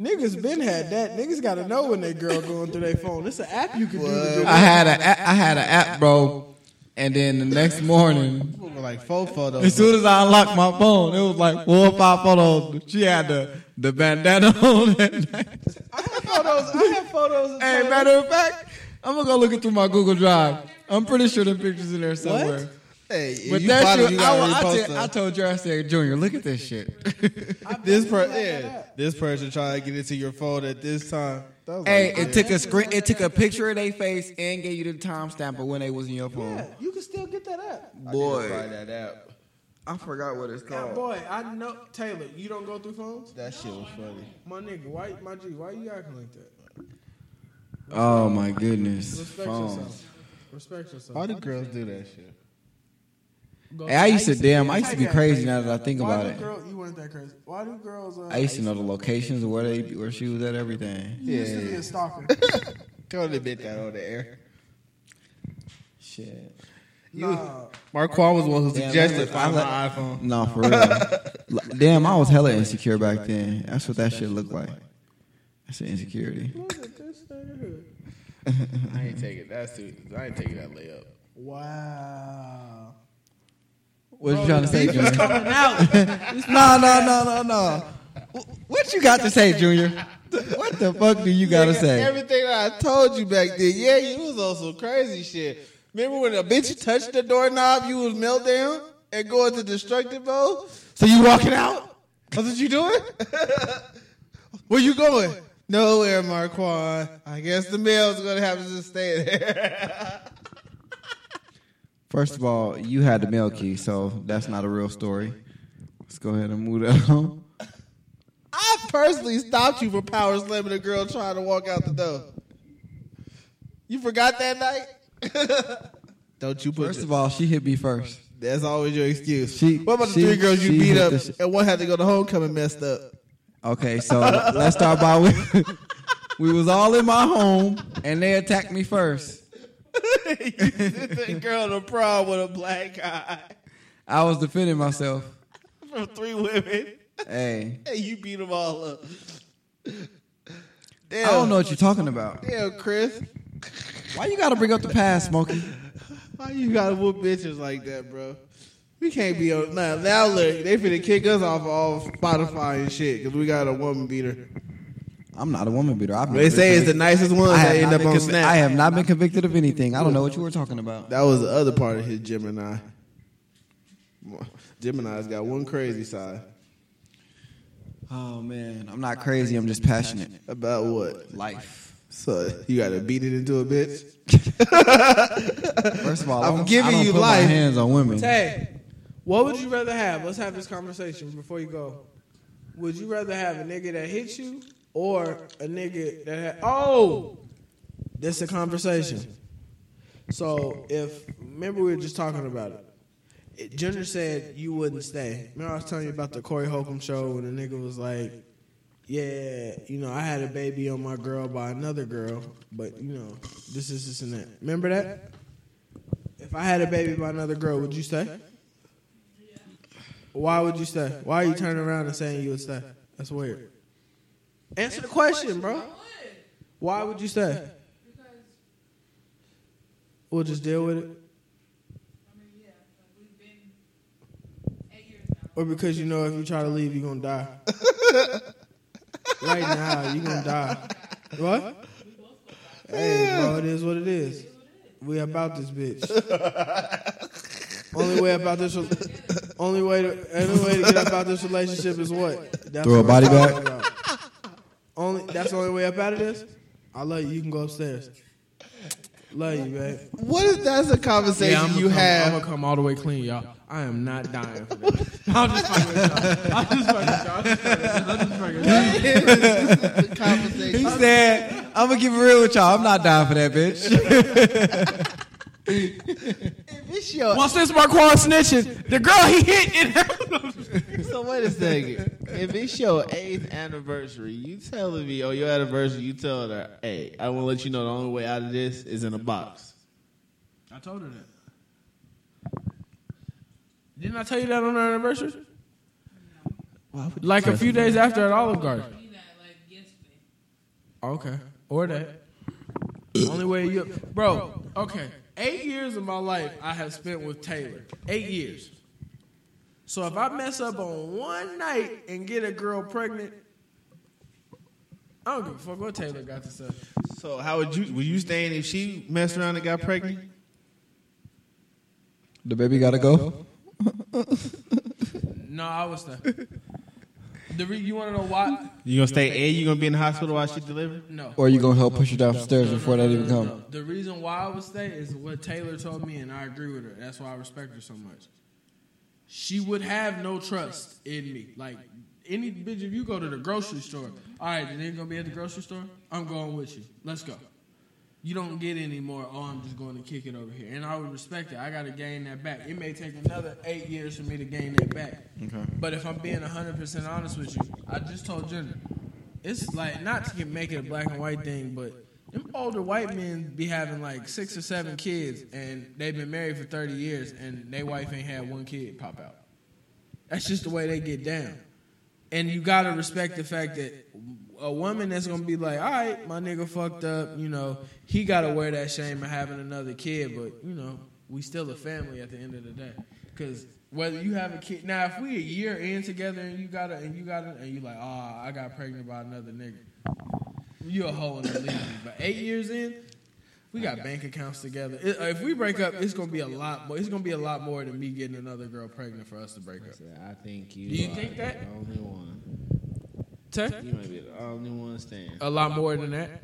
Speaker 4: niggas been had that. Niggas got to know when they girl going through their phone. It's an app you can do. To do
Speaker 2: I had
Speaker 4: that.
Speaker 2: a a- I had an app, bro, and then the next morning
Speaker 6: like four
Speaker 2: As
Speaker 6: photos.
Speaker 2: soon as I unlocked my phone, it was like four or five photos. She had the, the bandana on that night.
Speaker 4: Photos, I have photos. Of
Speaker 2: Hey, matter of fact, I'm gonna go looking through my Google Drive. I'm pretty sure the pictures in there somewhere.
Speaker 6: Hey,
Speaker 2: But
Speaker 6: you
Speaker 2: that
Speaker 6: probably,
Speaker 2: shit,
Speaker 6: you
Speaker 2: I,
Speaker 6: gotta
Speaker 2: I,
Speaker 6: repost
Speaker 2: tell-
Speaker 6: them.
Speaker 2: I told Jer, I said, Junior, look at this shit.
Speaker 6: this per- yeah, this person trying to get into your phone at this time. That was
Speaker 2: hey,
Speaker 6: like,
Speaker 2: it took a screen, it took a picture of their face and gave you the timestamp of when they was in your phone.
Speaker 4: yeah, you can still get that app.
Speaker 6: try
Speaker 2: Boy,
Speaker 6: that app.
Speaker 2: I forgot what it's
Speaker 4: Now,
Speaker 2: called.
Speaker 4: boy, I know Taylor. You don't go through phones,
Speaker 6: That shit was funny.
Speaker 4: my nigga. Why, my G? Why you acting like that?
Speaker 2: Oh my goodness,
Speaker 4: Respect
Speaker 2: phones.
Speaker 4: yourself. Respect yourself.
Speaker 6: All the girls do that shit.
Speaker 4: Go
Speaker 2: Hey, I
Speaker 4: through-
Speaker 2: used to damn, I used to be
Speaker 4: Take that,
Speaker 2: crazy
Speaker 4: baby.
Speaker 2: now that I think
Speaker 4: Why
Speaker 2: about
Speaker 4: do
Speaker 2: it.
Speaker 4: Girl, you weren't that crazy. Why do girls? Uh,
Speaker 2: I used to know the locations of where they where she was at everything.
Speaker 4: you used to be a stalker.
Speaker 6: Don't admit that on the air.
Speaker 2: Shit.
Speaker 4: nah,
Speaker 6: Marquand was the one who
Speaker 2: Damn,
Speaker 6: suggested
Speaker 2: that was-
Speaker 6: find
Speaker 2: I
Speaker 6: my iPhone.
Speaker 2: No, for real. Like, Damn, I was hella insecure back then. That's what that shit looked like. That's an insecurity.
Speaker 6: I ain't taking that's too. I ain't taking that layup.
Speaker 4: wow.
Speaker 2: What you trying to say, Junior? no, no, no, no, no. Wh- What you got to say, Junior? What the fuck do you gotta say?
Speaker 6: Everything that I told you back then, yeah, you was on some crazy shit. Remember when a bitch touched the doorknob, you was meltdown and going to destructive mode?
Speaker 2: So you walking out?
Speaker 6: That's what you doing? Where you going? Nowhere, Marquand. I guess the mail's gonna have to just stay there.
Speaker 2: First of all, you had the mail key, so that's not a real story. Let's go ahead and move that on.
Speaker 6: I personally stopped you for power slamming a girl trying to walk out the door. You forgot that night? Don't you put
Speaker 2: First of all, she hit me first.
Speaker 6: That's always your excuse.
Speaker 2: She-
Speaker 6: what about the
Speaker 2: she-
Speaker 6: three girls you
Speaker 2: she
Speaker 6: beat
Speaker 2: hit
Speaker 6: up
Speaker 2: the sh-
Speaker 6: and one had to go to homecoming messed up?
Speaker 2: Okay, so let's start by we, we was all in my home and they attacked me first.
Speaker 6: that girl to prom with a black eye
Speaker 2: I was defending myself.
Speaker 6: from three women.
Speaker 2: Hey,
Speaker 6: And you beat them all up.
Speaker 2: I
Speaker 6: Damn,
Speaker 2: don't know what you're talking about.
Speaker 6: Damn, Chris.
Speaker 2: Why you gotta bring up the past, Smokey?
Speaker 6: Why you gotta whoop bitches like that, bro? We can't be on now. Now look, they finna kick us off all Spotify and shit because we got a woman beater.
Speaker 2: I'm not a woman beater. I've
Speaker 6: They say it's the nicest ones
Speaker 2: I
Speaker 6: that
Speaker 2: have,
Speaker 6: end
Speaker 2: not
Speaker 6: up
Speaker 2: been
Speaker 6: on
Speaker 2: convi- I
Speaker 6: Snap.
Speaker 2: have not been convicted of anything. I don't know what you were talking about.
Speaker 6: That was the other part of his Gemini. Gemini's got one crazy side.
Speaker 2: Oh man, I'm not crazy. I'm just passionate.
Speaker 6: About what?
Speaker 2: Life.
Speaker 6: So you gotta beat it into a bitch.
Speaker 2: First of all,
Speaker 6: I'm
Speaker 2: I don't-
Speaker 6: giving
Speaker 2: I don't
Speaker 6: you
Speaker 2: put
Speaker 6: life.
Speaker 2: My hands on women.
Speaker 4: Hey, what would you rather have? Let's have this conversation before you go. Would you rather have a nigga that hit you or a nigga that ha- oh, this a conversation. So if remember we were just talking about it. it. Junior said you wouldn't stay. Remember I was telling you about the Corey Holcomb show when the nigga was like, "Yeah, you know I had a baby on my girl by another girl, but you know this is this and that." Remember that? If
Speaker 1: I had a baby by another girl, would you stay? Why would you stay? Why are you turning around and saying you would stay? That's weird. Answer the question, bro. Why would you stay? We'll just deal with it. Or because you know if you try to leave, you're gonna die. right now, you're gonna die. What? Hey, bro, it is what it is. We about this bitch. only way about this, rel- only way to, only way to get about this relationship is what? That's
Speaker 2: Throw a
Speaker 1: what I'm
Speaker 2: body back?
Speaker 1: talking about. Only that's the only way up out of this. I love you. You can go upstairs. Love you, babe.
Speaker 6: What if that's a conversation
Speaker 4: Yeah, I'm gonna
Speaker 6: you
Speaker 4: come,
Speaker 6: have?
Speaker 4: I'm gonna come all the way clean, y'all. I am not dying for this. I'm just fucking with y'all. I'm just fucking with y'all. I'm just fucking with y'all.
Speaker 6: This is a
Speaker 2: He
Speaker 6: conversation.
Speaker 2: said, "I'm gonna keep it real with y'all. I'm not dying for that bitch."
Speaker 6: This your-
Speaker 4: Well, since Marquand snitching, the girl he hit in
Speaker 6: so wait a second. If it's your eighth anniversary, you telling me, or your anniversary, you telling her, hey, I want to let you know the only way out of this is in a box.
Speaker 4: I told her that. Didn't I tell you that on our anniversary? Like a few days after at Olive Garden.
Speaker 7: You know, like yesterday.
Speaker 4: Okay. Or that. Only way you. Bro, okay. Eight years of my life I have spent with Taylor. Eight years. So if I mess up on one night and get a girl pregnant, I don't give a fuck what Taylor got to say.
Speaker 6: So how would you? Were you staying if she messed around and got pregnant?
Speaker 2: the baby gotta go.
Speaker 4: No, I was there. The re- you want to know why?
Speaker 6: You gonna stay? And you gonna be in the hospital while she delivered?
Speaker 4: No.
Speaker 2: Or you gonna help push it downstairs
Speaker 4: No, no,
Speaker 2: before
Speaker 4: no,
Speaker 2: that
Speaker 4: no,
Speaker 2: even
Speaker 4: no, no.
Speaker 2: comes?
Speaker 4: The reason why I would stay is what Taylor told me, and I agree with her. That's why I respect her so much. She would have no trust in me. Like any bitch, if you go to the grocery store, all right, the nigga gonna be at the grocery store. I'm going with you. Let's go. You don't get any more. Oh, I'm just going to kick it over here, and I would respect it. I gotta gain that back. It may take another eight years for me to gain that back. But if I'm being 100 percent honest with you, I just told Jenna, it's like not to get- make it a black and white thing, but them older white men be having like six or seven kids, and they've been married for 30 years, and their wife ain't had one kid pop out. That's just the way they get down. And you gotta respect the fact that a woman that's gonna be like, all right, my nigga fucked up, you know, he gotta wear that shame of having another kid, but you know, we still a family at the end of the day. Cause whether you have a kid now, if we a year in together and you gotta and you gotta and you like, ah, I got pregnant by another nigga, you a hoe and a leave. But eight years in, we got bank accounts together. It- uh, If we break up, it's gonna be a lot more. It's gonna be a lot more than me getting another girl pregnant for us to break up.
Speaker 6: I think you.
Speaker 4: Do you are think that? the
Speaker 6: only one.
Speaker 4: Tay?
Speaker 6: might be the only one staying.
Speaker 4: A lot more than that.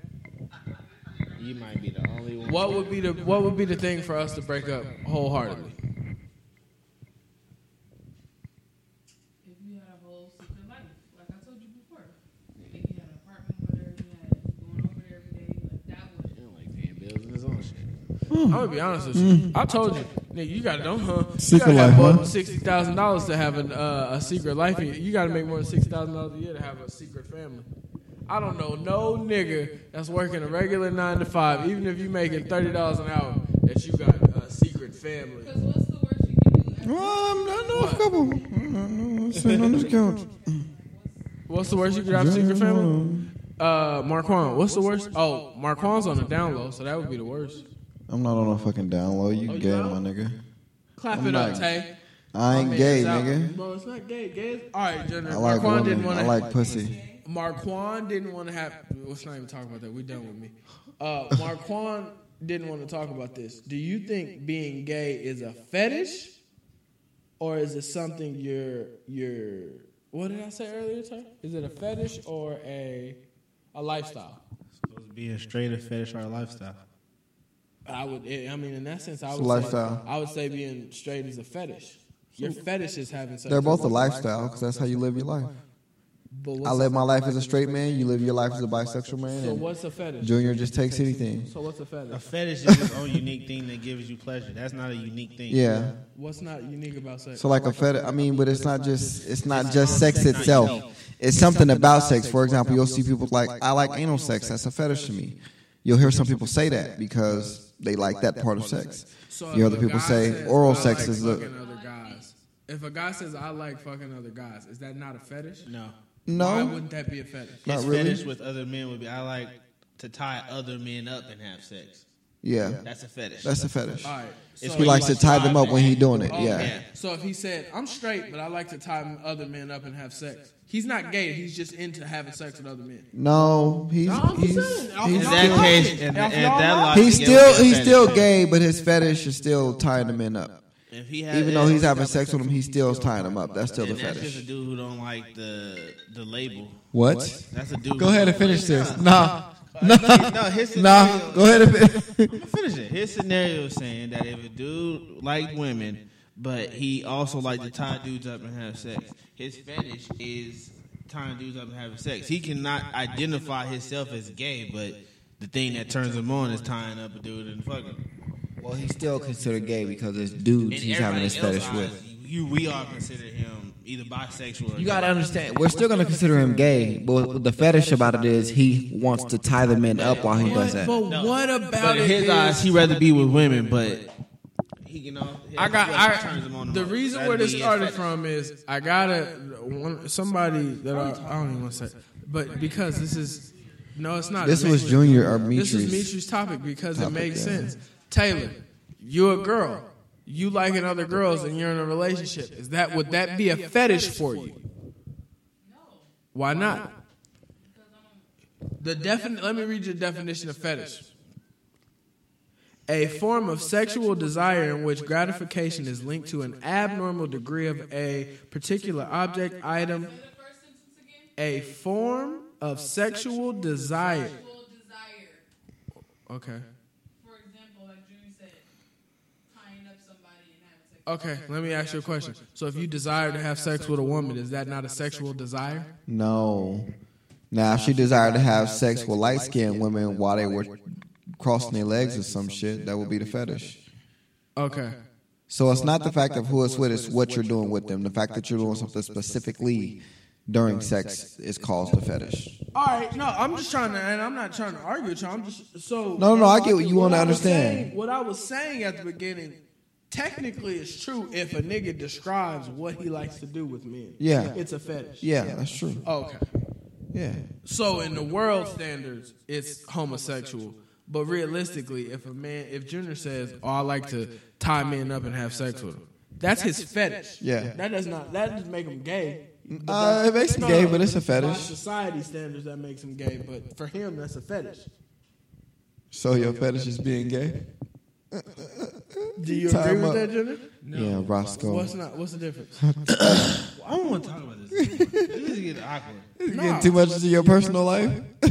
Speaker 6: You might be the only one.
Speaker 4: What would be the What would be the thing for us to break up wholeheartedly?
Speaker 7: If you had a whole secret life, like I told you before. If you had an apartment with her, you had going over there every day, like that would.
Speaker 6: Like paying bills and his own shit.
Speaker 4: I'm
Speaker 2: Hmm.
Speaker 4: gonna be honest with you. I told you, nigga, you gotta don't huh?
Speaker 2: Secret
Speaker 4: you gotta
Speaker 2: life,
Speaker 4: have more
Speaker 2: huh?
Speaker 4: than sixty thousand dollars to have an, uh, a secret life. in you. You gotta make more than sixty thousand dollars a year to have a secret family. I don't know no nigga that's working a regular nine to five, even if you making thirty dollars an hour, that you got a secret family.
Speaker 7: Because what's the worst you can do?
Speaker 2: Um, I know a couple. sitting on this couch.
Speaker 4: What's the worst you could have a secret family? Uh, Marquand. What's the worst? Oh, Marquand's on the down low, so that would be the worst.
Speaker 2: I'm not on a fucking download. You
Speaker 4: Oh, you
Speaker 2: gay,
Speaker 4: out?
Speaker 2: my nigga.
Speaker 4: Clap
Speaker 2: I'm
Speaker 4: it up,
Speaker 2: not-
Speaker 4: Tay.
Speaker 2: I ain't
Speaker 4: My
Speaker 2: gay,
Speaker 4: man's out.
Speaker 2: nigga.
Speaker 4: Bro, it's not gay. Gay. Is, all right, Jenner.
Speaker 2: I like
Speaker 4: Marquand
Speaker 2: women.
Speaker 4: didn't want
Speaker 2: I
Speaker 4: to.
Speaker 2: like pussy.
Speaker 4: Marquand didn't want to have. Let's not even talk about that. We done with me. Uh, Marquand didn't want to talk about this. Do you think being gay is a fetish, or is it something you're you're? What did I say earlier, Tay? Is it a fetish or a a lifestyle?
Speaker 6: Supposed being straight a fetish or lifestyle.
Speaker 4: I would. eh, I mean, in that sense, I
Speaker 2: It's
Speaker 4: would.
Speaker 2: a lifestyle.
Speaker 4: Say, I would say being straight is a fetish. Your fetish is having sex.
Speaker 2: They're
Speaker 4: with
Speaker 2: both a
Speaker 4: women.
Speaker 2: lifestyle because that's how you live your life.
Speaker 4: But what's
Speaker 2: I live my life as a straight man. You live your life as a bisexual
Speaker 4: a-
Speaker 2: man.
Speaker 4: So
Speaker 2: And
Speaker 4: what's a fetish?
Speaker 2: Junior just takes anything.
Speaker 4: So what's a fetish?
Speaker 3: A fetish is its own unique thing that gives you pleasure. That's not a unique thing.
Speaker 2: Yeah.
Speaker 4: What's not unique about sex?
Speaker 2: So like a fetish. I mean, but it's not just it's not just sex itself. It's something about sex. For example, you'll see people like I like anal sex. That's a fetish to me. You'll hear some people say that because they like that part of sex.
Speaker 4: So
Speaker 2: You
Speaker 4: if
Speaker 2: other
Speaker 4: a
Speaker 2: people
Speaker 4: guy
Speaker 2: say
Speaker 4: says,
Speaker 2: oral
Speaker 4: "I
Speaker 2: sex
Speaker 4: like
Speaker 2: is the-
Speaker 4: fucking other guys. If a guy says I like fucking other guys, is that not a fetish?
Speaker 3: No.
Speaker 4: Why
Speaker 2: No,
Speaker 4: wouldn't that be a fetish?
Speaker 2: Not
Speaker 3: His
Speaker 2: really.
Speaker 3: fetish with other men would be I like to tie other men up and have sex.
Speaker 2: yeah,
Speaker 3: That's a fetish.
Speaker 2: that's a fetish.
Speaker 4: All right.
Speaker 3: It's
Speaker 4: So
Speaker 2: He
Speaker 3: when
Speaker 2: likes
Speaker 3: you
Speaker 2: to tie them up when he's doing it.
Speaker 4: Okay.
Speaker 2: Yeah,
Speaker 4: So if he said, "I'm straight, but I like to tie other men up and have sex," he's not gay. He's just into having sex with other men.
Speaker 2: no, he's
Speaker 1: I'm just
Speaker 2: he's
Speaker 1: saying,
Speaker 3: In
Speaker 2: he's
Speaker 1: y'all
Speaker 3: that
Speaker 1: like
Speaker 3: case,
Speaker 1: it.
Speaker 3: in, in
Speaker 1: Y'all
Speaker 3: that
Speaker 1: like
Speaker 3: logic,
Speaker 2: he's
Speaker 3: it would be a
Speaker 2: still he's
Speaker 3: fetish.
Speaker 2: still gay, but his fetish is still tying the men up.
Speaker 3: If he had,
Speaker 2: Even though he's
Speaker 3: yeah,
Speaker 2: having sex with him, he's still tying them up. That's still the
Speaker 3: and that's just a
Speaker 2: fetish.
Speaker 3: dude who don't like the the label.
Speaker 2: What?
Speaker 3: That's a dude.
Speaker 2: Go
Speaker 3: who
Speaker 2: ahead
Speaker 3: don't
Speaker 2: and finish
Speaker 3: like-
Speaker 2: this. Nah, no,
Speaker 3: No, his
Speaker 2: nah. Go ahead and finish.
Speaker 3: finish it. His scenario is saying that if a dude liked women, but he also liked to tie dudes up and have sex, his fetish is tying dudes up and having sex. He cannot identify himself as gay, but the thing that turns him on is tying up a dude and fucking. him.
Speaker 2: Well, he's still considered gay because it's dudes
Speaker 3: In
Speaker 2: he's having this
Speaker 3: everybody
Speaker 2: fetish
Speaker 3: else's
Speaker 2: with.
Speaker 3: eyes, You, we all consider him either bisexual. Or
Speaker 2: You gotta understand, we're still gonna consider him gay, but the fetish about it is he wants to tie the men up while he does that.
Speaker 4: But what about
Speaker 3: But in
Speaker 4: it
Speaker 3: his
Speaker 4: is-
Speaker 3: eyes, he'd rather be with women, but he can. All,
Speaker 4: I got
Speaker 3: he turns him
Speaker 4: I,
Speaker 3: on
Speaker 4: the
Speaker 3: him.
Speaker 4: reason
Speaker 3: That'd
Speaker 4: where this
Speaker 3: be his
Speaker 4: started
Speaker 3: fetish.
Speaker 4: from is I gotta one, somebody that I, I don't even want to say, but because this is no, it's not.
Speaker 2: This
Speaker 4: It
Speaker 2: was
Speaker 4: makes-
Speaker 2: Junior or
Speaker 4: This is
Speaker 2: Mitri's.
Speaker 4: Mitri's topic because
Speaker 2: topic,
Speaker 4: it makes
Speaker 2: yeah.
Speaker 4: sense. Taylor, you a girl, you liking other girls, and you're in a relationship. Is that would that be a fetish for you? Why not? The defin- Let me read you the definition of fetish. A form of sexual desire in which gratification is linked to an abnormal degree of a particular object, item.
Speaker 7: Say the first sentence again.
Speaker 4: A form of sexual desire.
Speaker 7: Sexual desire.
Speaker 4: Okay.
Speaker 7: For example, like Junior said, tying up somebody and having sex.
Speaker 4: Okay, let me ask you a question. So, if you desire to have sex with a woman, is that not a sexual desire?
Speaker 2: No. Now, if she desired to have sex with light skinned women while they were crossing their legs or some shit, that would be the fetish.
Speaker 4: Okay.
Speaker 2: So it's not the fact of who it's with, it's what you're doing with them. The fact that you're doing something specifically during sex is called the fetish.
Speaker 4: All right, no, I'm just trying to, and I'm not trying to argue with you. I'm just, so.
Speaker 2: No, no, no, I get what you
Speaker 4: What
Speaker 2: want to
Speaker 4: I was saying-
Speaker 2: understand.
Speaker 4: What I was saying at the beginning, technically, it's true if a nigga describes what he likes to do with men.
Speaker 2: Yeah.
Speaker 4: It's a fetish.
Speaker 2: Yeah, that's true.
Speaker 4: Okay.
Speaker 2: Yeah.
Speaker 4: So, in the world standards, it's homosexual. But realistically, if a man, if Junior says, "Oh, I like to tie men up and have sex with them," that's his fetish.
Speaker 2: Yeah.
Speaker 4: That does not. That does make him gay.
Speaker 2: Uh, it makes him
Speaker 4: No,
Speaker 2: gay,
Speaker 4: no,
Speaker 2: but it's a
Speaker 4: By
Speaker 2: fetish.
Speaker 4: society standards, that makes him gay. But for him, that's a fetish.
Speaker 2: So your fetish is being gay?
Speaker 4: Do you
Speaker 2: Tie
Speaker 4: agree
Speaker 2: him
Speaker 4: with
Speaker 2: up.
Speaker 4: that, Junior?
Speaker 2: Yeah, Roscoe.
Speaker 4: What's not? What's the difference?
Speaker 3: I don't want to talk about this. this is getting awkward.
Speaker 2: You getting too much into your personal life?
Speaker 3: Nah,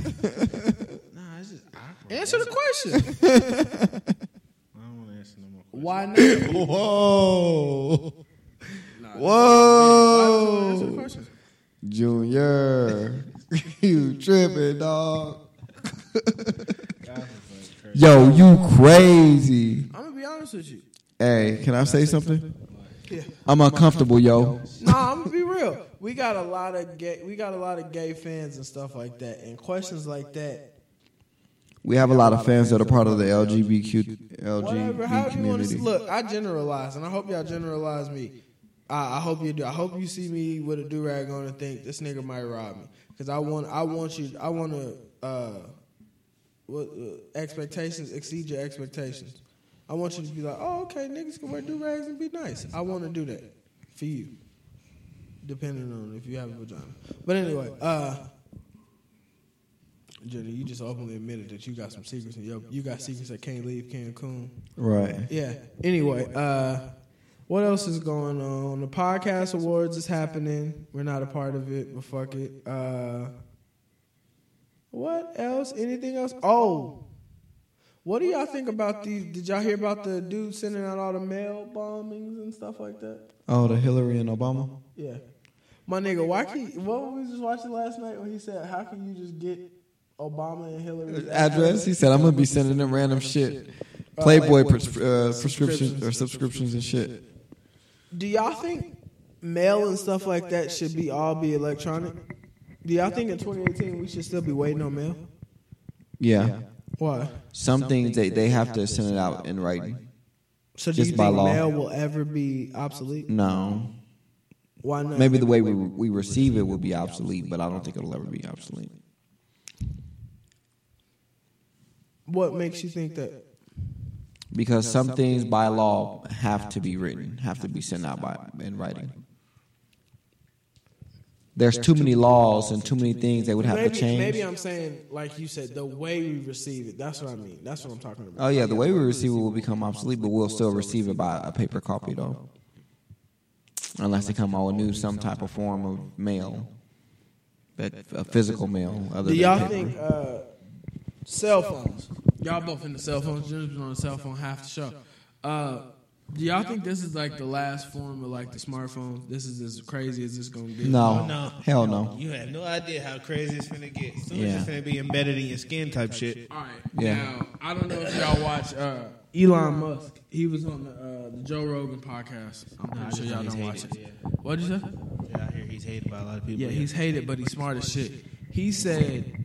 Speaker 3: it's just awkward.
Speaker 4: Answer the question.
Speaker 3: I don't want to answer no more.
Speaker 4: Why not?
Speaker 2: Whoa.
Speaker 4: Answer the
Speaker 2: Whoa.
Speaker 4: question.
Speaker 2: Junior. you tripping, dog. Yo, you crazy.
Speaker 4: I'm gonna be honest with you.
Speaker 2: Hey, can I say something? I'm uncomfortable, yo.
Speaker 4: No, I'm gonna be real. We got a lot of gay. We got a lot of gay fans and stuff like that. And questions like that.
Speaker 2: We have a lot of fans that are part of the LGBTQ
Speaker 4: Whatever. However
Speaker 2: LGBT
Speaker 4: you want to
Speaker 2: E community.
Speaker 4: look. I generalize, and I hope y'all generalize me. I, I hope you do. I hope you see me with a do rag on and think this nigga might rob me. Because I want. I want you. I want to. Uh, what uh, expectations exceed your expectations. I want you to be like, oh, okay, niggas can wear do rags and be nice. I want to do that for you, depending on if you have a vagina. But anyway, uh, Jenny, you just openly admitted that you got some secrets and yo, you got secrets that can't leave Cancun.
Speaker 2: Right.
Speaker 4: Yeah. Anyway, uh, what else is going on? The podcast awards is happening. We're not a part of it, but fuck it. Uh, what else? Anything else? Oh, what do y'all think about these? Did y'all hear about the dude sending out all the mail bombings and stuff like that?
Speaker 2: Oh, the Hillary and Obama?
Speaker 4: Yeah. My nigga, why can't? What were we just watching last night when he said, "How can you just get Obama and Hillary
Speaker 2: address. He said, "I'm gonna be sending them random shit, Playboy pres- uh, prescriptions or subscriptions and shit."
Speaker 4: Do y'all think mail and stuff like that should be all be electronic? Do y'all think in 2018 we should still be waiting on mail?
Speaker 2: Yeah,
Speaker 4: Why?
Speaker 2: some things they they have to send it out in writing.
Speaker 1: So do
Speaker 2: Just
Speaker 1: you
Speaker 2: by
Speaker 1: think
Speaker 2: law.
Speaker 1: mail will ever be obsolete?
Speaker 2: No,
Speaker 1: Why not?
Speaker 2: maybe the way we we receive it will be obsolete, but I don't think it'll ever be obsolete.
Speaker 1: What makes you think that?
Speaker 2: Because some things by law have to be written, have to be sent out by in writing. There's too many laws and too many things they would have to
Speaker 1: Maybe, maybe
Speaker 2: change.
Speaker 1: I'm saying, like you said, the way we receive it. That's what I mean. That's what I'm talking about.
Speaker 2: Oh yeah, the way we receive it will become obsolete, but we'll still receive it by a paper copy though. Unless they come out with new some type of form of mail, that a physical mail. Other than
Speaker 1: Do y'all
Speaker 2: paper.
Speaker 1: think uh, cell phones?
Speaker 4: Y'all both in the cell phone. Jim's been on the cell phone half the show. Uh, do y'all think this is like the last form of like the smartphone? This is as crazy as it's gonna be.
Speaker 2: No.
Speaker 3: No.
Speaker 2: Hell no.
Speaker 3: You have no idea how crazy it's gonna get. Soon
Speaker 2: Yeah.
Speaker 3: it's gonna be embedded in your skin type shit.
Speaker 4: All right.
Speaker 2: Yeah.
Speaker 4: Now I don't know if y'all watch uh, Elon Musk. He was on the, uh, the Joe Rogan podcast. I'm pretty sure y'all don't watch it. What'd you say?
Speaker 3: Yeah, I hear he's hated by a lot of people.
Speaker 4: Yeah, he's hated, but he's smart as shit. He said,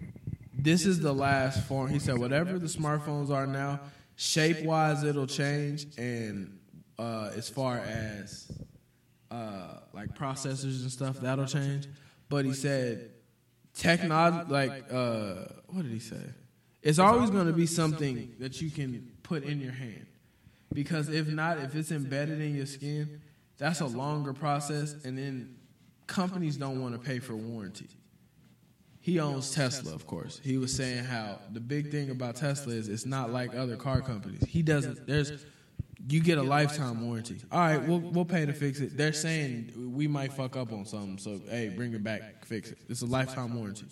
Speaker 4: "This is the last form." He said, "Whatever the smartphones are now, shape wise, it'll change, and uh, as far as uh, like processors and stuff, that'll change." But he said, "Technology, like uh, what did he say? It's always going to be something that you can put in your hand, because if not, if it's embedded in your skin." That's a longer process, and then companies don't want to pay for warranty. He owns Tesla, of course. He was saying how the big thing about Tesla is it's not like other car companies. He doesn't. There's you get a lifetime warranty. All right, we'll we'll pay to fix it. They're saying we might fuck up on something, so hey, bring it back, fix it. It's a lifetime warranty.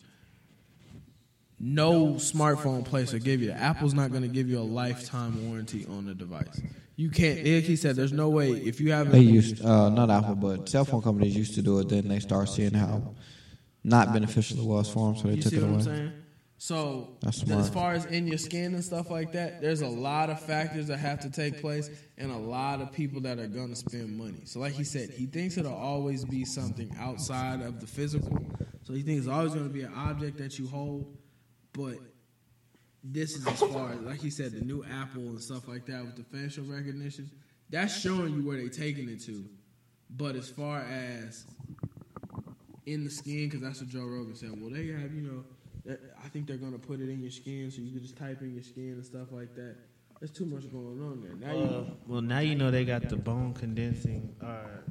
Speaker 4: No smartphone place will give you that. Apple's not going to give you a lifetime warranty on the device. You can't. He said, "There's no way if you haven't."
Speaker 2: They used uh, not Apple, but cell phone companies used to do it. Then they started seeing how not beneficial it was for them, so they
Speaker 4: You
Speaker 2: took
Speaker 4: see
Speaker 2: it
Speaker 4: what I'm
Speaker 2: away.
Speaker 4: saying? So
Speaker 2: That's
Speaker 4: th-
Speaker 2: smart.
Speaker 4: as far as in your skin and stuff like that, there's a lot of factors that have to take place, and a lot of people that are gonna spend money. So like he said, he thinks it'll always be something outside of the physical. So he thinks it's always gonna be an object that you hold, but this is as far as like he said, the new Apple and stuff like that with the facial recognition. That's showing you where they taking it to. But as far as in the skin, because that's what Joe Rogan said. Well, they have, you know, that- I think they're gonna put it in your skin, so you can just type in your skin and stuff like that. There's too much going on there. Now you,
Speaker 3: Uh, well, now you know they got the bone condensing or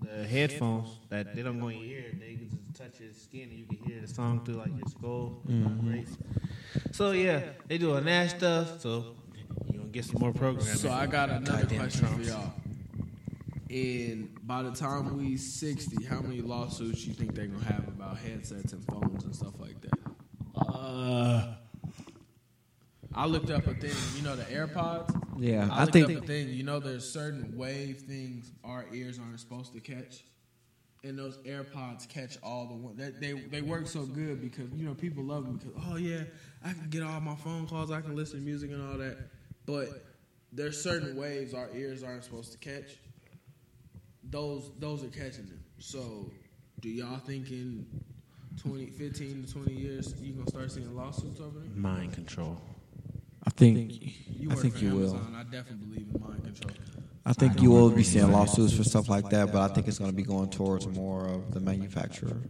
Speaker 3: the headphones that they don't go in your ear. They can just touch your skin and you can hear the song through like your skull. it vibrates. So yeah, they doing that stuff. So you gonna get some more programming.
Speaker 4: so I got another
Speaker 3: Goddamn
Speaker 4: question for
Speaker 3: Trumps.
Speaker 4: y'all. And by the time we sixty, how many lawsuits you think they're gonna have about headsets and phones and stuff like that?
Speaker 3: Uh,
Speaker 4: I looked up a thing, you know, the AirPods.
Speaker 2: Yeah,
Speaker 4: I,
Speaker 2: I
Speaker 4: looked up a
Speaker 2: think
Speaker 4: thing. You know, there's certain wave things our ears aren't supposed to catch, and those AirPods catch all the one. They, they they work so good because you know people love them because oh yeah, I can get all my phone calls, I can listen to music and all that. But there's certain waves our ears aren't supposed to catch. Those those are catching them. So, do y'all think in 20, 15 to twenty years you gonna start seeing lawsuits over there?
Speaker 3: mind control.
Speaker 2: I think
Speaker 4: You
Speaker 2: I
Speaker 4: work
Speaker 2: think
Speaker 4: for
Speaker 2: you will.
Speaker 4: Amazon. I definitely believe in mind control.
Speaker 2: I think you will be seeing lawsuits for stuff like that, but I think it's going to be going towards more of the manufacturer.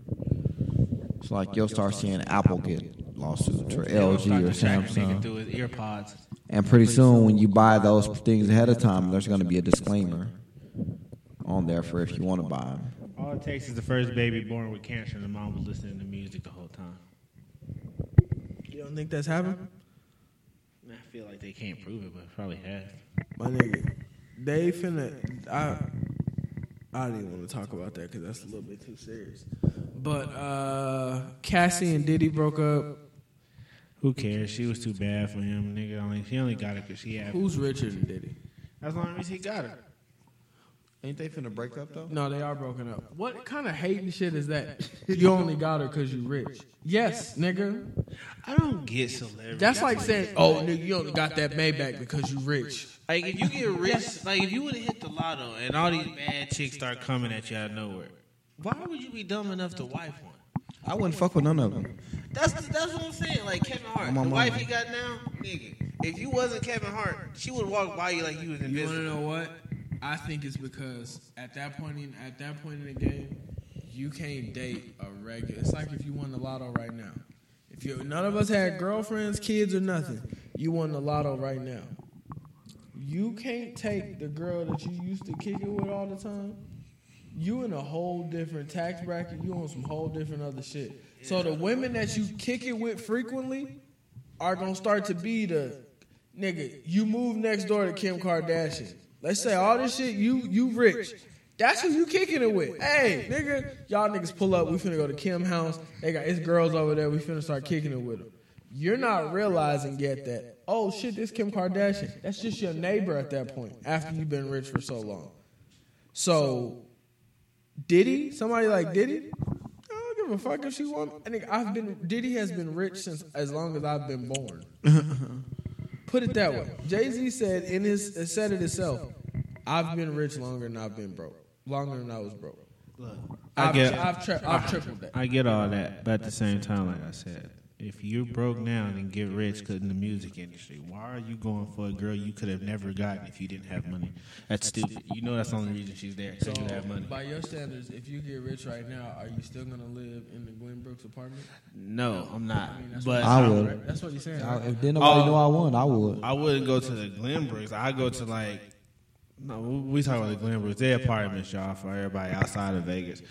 Speaker 2: It's like you'll start seeing Apple get lawsuits or LG or Samsung,
Speaker 3: through his ear pods.
Speaker 2: and pretty soon when you buy those things ahead of time, there's going to be a disclaimer on there for if you want to buy them.
Speaker 3: All it takes is the first baby born with cancer, and the mom was listening to music the whole time.
Speaker 1: You don't think that's happening?
Speaker 3: I feel like they can't prove it, but probably have.
Speaker 1: My nigga, they finna. I I didn't want to talk about that because that's a little bit too serious.
Speaker 4: But uh, Cassie and Diddy broke up.
Speaker 3: Who cares? She was too bad for him, nigga. Only she only got it because she had.
Speaker 4: Who's richer than Diddy?
Speaker 3: As long as he got her.
Speaker 2: Ain't they finna break up though?
Speaker 4: No, they are broken up. What kind of hating shit is that? You only got her because you rich. Yes, nigga.
Speaker 3: I don't get celebrities.
Speaker 4: That's like saying, oh, nigga, you only got that Maybach because you rich.
Speaker 3: Like if you get rich, like if you would have hit the lotto and all these bad chicks start coming at you out of nowhere, why would you be dumb enough to wife one?
Speaker 2: I wouldn't fuck with none of them.
Speaker 6: That's that's what I'm saying. Like Kevin Hart,
Speaker 2: my
Speaker 6: the
Speaker 2: mama.
Speaker 6: wife he got now, nigga. If you wasn't Kevin Hart, she would walk by you like you
Speaker 4: You want
Speaker 6: was
Speaker 4: to
Speaker 6: invisible.
Speaker 4: know what? I think it's because at that point in at that point in the game, you can't date a regular. It's like if you won the lotto right now. If you none of us had girlfriends, kids, or nothing, you won the lotto right now. You can't take the girl that you used to kick it with all the time. You in a whole different tax bracket. You on some whole different other shit. So the women that you kick it with frequently are gonna start to be the nigga, you move next door to Kim Kardashian. Let's say all this shit, you you rich. That's who you kicking it with. Hey, nigga, y'all niggas pull up. We finna go to Kim house. They got it's girls over there. We finna start kicking it with them. You're not realizing yet that oh shit, this Kim Kardashian. That's just your neighbor at that point. After you've been rich for so long. So, Diddy, somebody like Diddy, I don't give a fuck if she want. I think I've been Diddy has been rich since as long as I've been born. Put it that way. Jay Z said in his it said it itself. I've been rich longer than I've been broke. Longer than I was broke. I've,
Speaker 6: get-
Speaker 4: I've, tri- I've tripled that.
Speaker 6: I get all that, but at the same time, like I said, if you're broke now and get rich cause in the music industry, why are you going for a girl you could have never gotten if you didn't have money? That's stupid. You know that's the only reason she's there because you have money.
Speaker 4: By your standards, if you get rich right now, are you still gonna live in the Glen Brooks apartment?
Speaker 6: No, I'm not. But
Speaker 2: I
Speaker 6: I,
Speaker 2: would.
Speaker 4: Right? That's what you're saying.
Speaker 2: I,
Speaker 4: right?
Speaker 2: if then nobody
Speaker 6: Oh.
Speaker 2: knew I won, I would.
Speaker 6: wouldn't go to the Glenbrooks. I go to like no, we talk about the Glenbrooks. They apartments, y'all, for everybody outside of Vegas.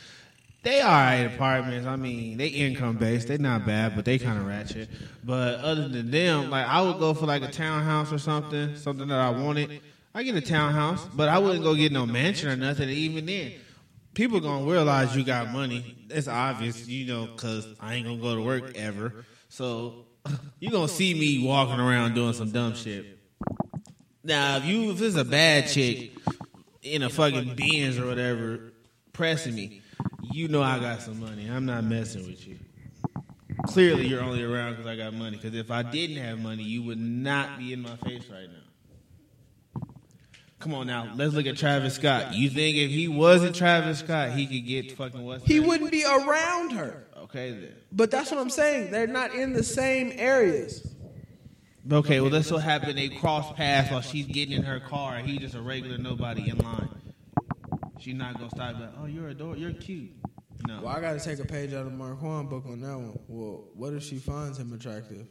Speaker 6: They all right apartments. I mean, they income based. They not bad, but they kind of ratchet. But other than them, like I would go for like a townhouse or something, something that I wanted. I get a townhouse, but I wouldn't go get no mansion or nothing. And even then, people gonna realize you got money. It's obvious, you know, cause I ain't gonna go to work ever. So you gonna see me walking around doing some dumb shit. Now, if you if it's a bad chick in a fucking Benz or whatever pressing me, you know I got some money. I'm not messing with you. Clearly, you're only around because I got money. Because if I didn't have money, you would not be in my face right now. Come on now, let's look at Travis Scott. You think if he wasn't Travis Scott, he could get fucking what's
Speaker 1: He
Speaker 6: that?
Speaker 1: wouldn't be around her.
Speaker 6: Okay then.
Speaker 1: But that's what I'm saying. They're not in the same areas.
Speaker 6: Okay, well, that's what happened. They cross paths while she's getting in her car, and he just a regular nobody in line. She's not gonna stop. Like, oh, you're adorable. You're cute. No.
Speaker 4: Well, I got to take a page out of Marquand book on that one. Well, what if she finds him attractive?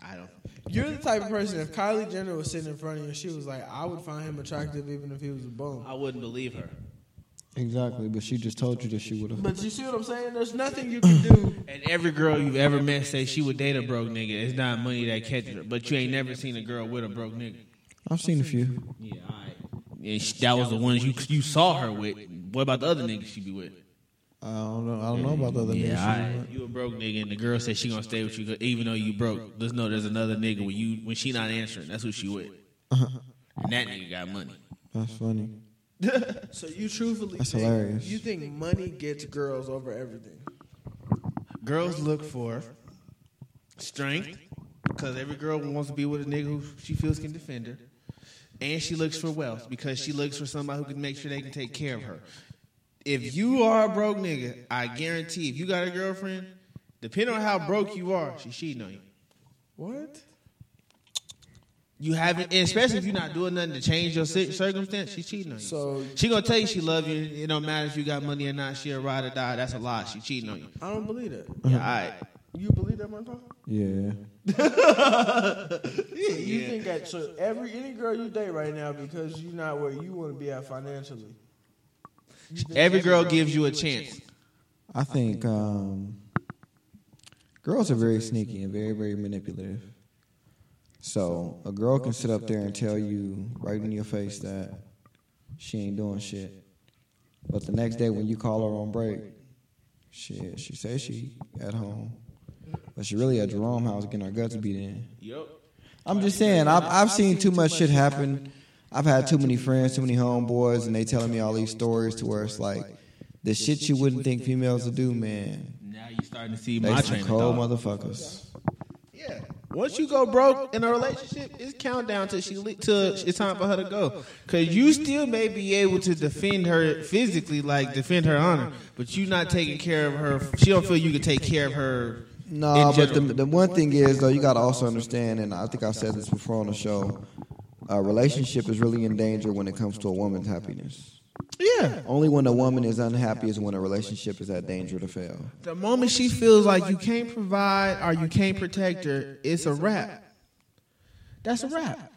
Speaker 6: I don't.
Speaker 1: You're the type of person, if Kylie Jenner was sitting in front of you, she was like, I would find him attractive even if he was a bum.
Speaker 6: I wouldn't believe her.
Speaker 2: Exactly, but she just told you that she would have.
Speaker 1: But you see what I'm saying? There's nothing you can do.
Speaker 6: And every girl you've ever met say she would date a broke nigga. It's not money that catches her, but you ain't never seen a girl with a broke nigga.
Speaker 2: I've seen a few.
Speaker 6: Yeah, all right. And she, that was the ones you you saw her with. What about the other niggas she be with?
Speaker 2: I don't know. I don't know about the other
Speaker 6: Yeah, all
Speaker 2: niggas.
Speaker 6: right. you a broke nigga, and the girl said she gonna stay with you, even though you broke. Just know there's another nigga when you when she not answering. That's who she with. And that nigga got money.
Speaker 2: That's funny.
Speaker 1: So you truthfully
Speaker 2: That's
Speaker 1: think,
Speaker 2: hilarious.
Speaker 1: you think money gets girls over everything.
Speaker 6: Girls look for strength, because every girl wants to be with a nigga who she feels can defend her, and she looks for wealth because she looks for somebody who can make sure they can take care of her. If you are a broke nigga, I guarantee if you got a girlfriend, depending on how broke you are, she cheating on you.
Speaker 1: What?
Speaker 6: You haven't, and especially if you're not doing nothing to change your cir- circumstance. She's cheating on you.
Speaker 1: So-
Speaker 6: she gonna tell you she love you. It don't matter if you got money or not. She a ride or die. That's a lie. She cheating on you.
Speaker 1: I don't believe that.
Speaker 6: Yeah, all right.
Speaker 1: You believe that, Marco?
Speaker 2: Yeah.
Speaker 1: Yeah, you think that so every any girl you date right now because you're not where you want to be at financially.
Speaker 6: Every girl gives you a chance.
Speaker 2: I think um, girls are very sneaky and very, very manipulative. So a girl can sit up there and tell you right in your face that she ain't doing shit. But the next day when you call her on break, shit, she says she at home. But she really at Jerome house getting her guts beat in.
Speaker 6: Yep.
Speaker 2: I'm just saying, I've, I've seen too much shit happen. I've had too many friends, too many homeboys, and they telling me all these stories to where it's like, the shit you wouldn't think females would do, man.
Speaker 6: Now you starting to see
Speaker 2: They
Speaker 6: my
Speaker 2: some
Speaker 6: train of
Speaker 2: cold
Speaker 6: thought.
Speaker 2: motherfuckers.
Speaker 6: Yeah.
Speaker 3: Once you go broke in a relationship, it's countdown till she le- till it's time for her to go. Cause you still may be able to defend her physically, like defend her honor, but you not taking care of her. She don't feel you can take care of her.
Speaker 2: No,
Speaker 3: in
Speaker 2: but the,
Speaker 3: general.
Speaker 2: the one thing is though, you gotta also understand, and I think I said this before on the show. A relationship is really in danger when it comes to a woman's happiness.
Speaker 3: yeah.
Speaker 2: Only when a woman is unhappy is when a relationship is at danger to fail.
Speaker 3: The moment she feels like you can't provide or you can't protect her, it's a wrap. That's a wrap.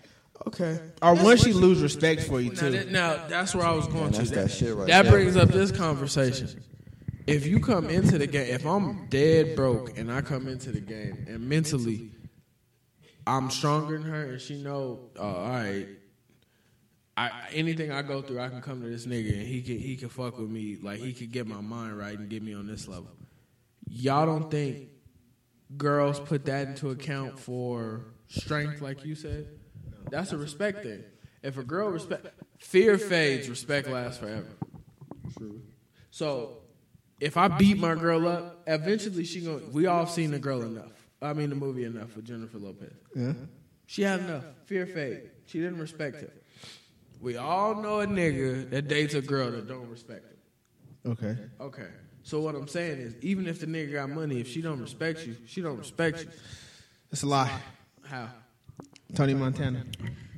Speaker 1: Okay.
Speaker 3: Or once she lose respect for you
Speaker 4: Now,
Speaker 3: too.
Speaker 4: that, now that's where I was going
Speaker 2: And
Speaker 4: to.
Speaker 2: that's that shit right
Speaker 4: That
Speaker 2: there.
Speaker 4: brings up this conversation. If you come into the game, if I'm dead broke and I come into the game and mentally I'm stronger than her and she know, uh, all right, I, anything I go through, I can come to this nigga and he can he can fuck with me, like he could get my mind right and get me on this level. Y'all don't think girls put that into account for strength, like you said? That's a respect thing. If a girl respect, fear fades, respect lasts forever. True. So if I beat my girl up, eventually she going. We all seen the girl enough. I mean the movie enough with Jennifer Lopez. Yeah. She had enough. Fear fade. She didn't respect him. We all know a nigga that dates a girl that don't respect him.
Speaker 6: Okay.
Speaker 4: Okay. So what I'm saying is, even if the nigga got money, if she don't respect you, she don't respect you.
Speaker 6: It's a lie.
Speaker 4: How?
Speaker 6: Tony Montana.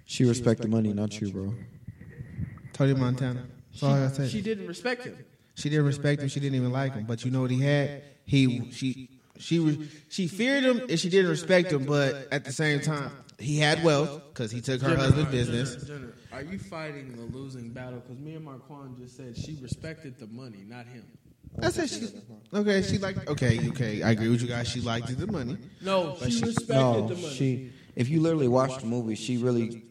Speaker 2: She respect the money, not you, bro.
Speaker 6: Tony Montana. That's all I gotta
Speaker 4: She
Speaker 6: say.
Speaker 4: didn't respect him.
Speaker 6: She didn't respect him. She didn't even like him. But you know what he had? He she she was she feared him and she didn't respect him. But at the same time, he had wealth because he took her husband's business.
Speaker 4: Jenner, are you fighting the losing battle? Because me and Marquand just said she respected the money, not him.
Speaker 6: I said she okay. She liked okay. Okay, I agree with you guys. She liked the money.
Speaker 4: No, she, respected
Speaker 2: No,
Speaker 4: the money.
Speaker 2: she. If you literally watch the movie, she really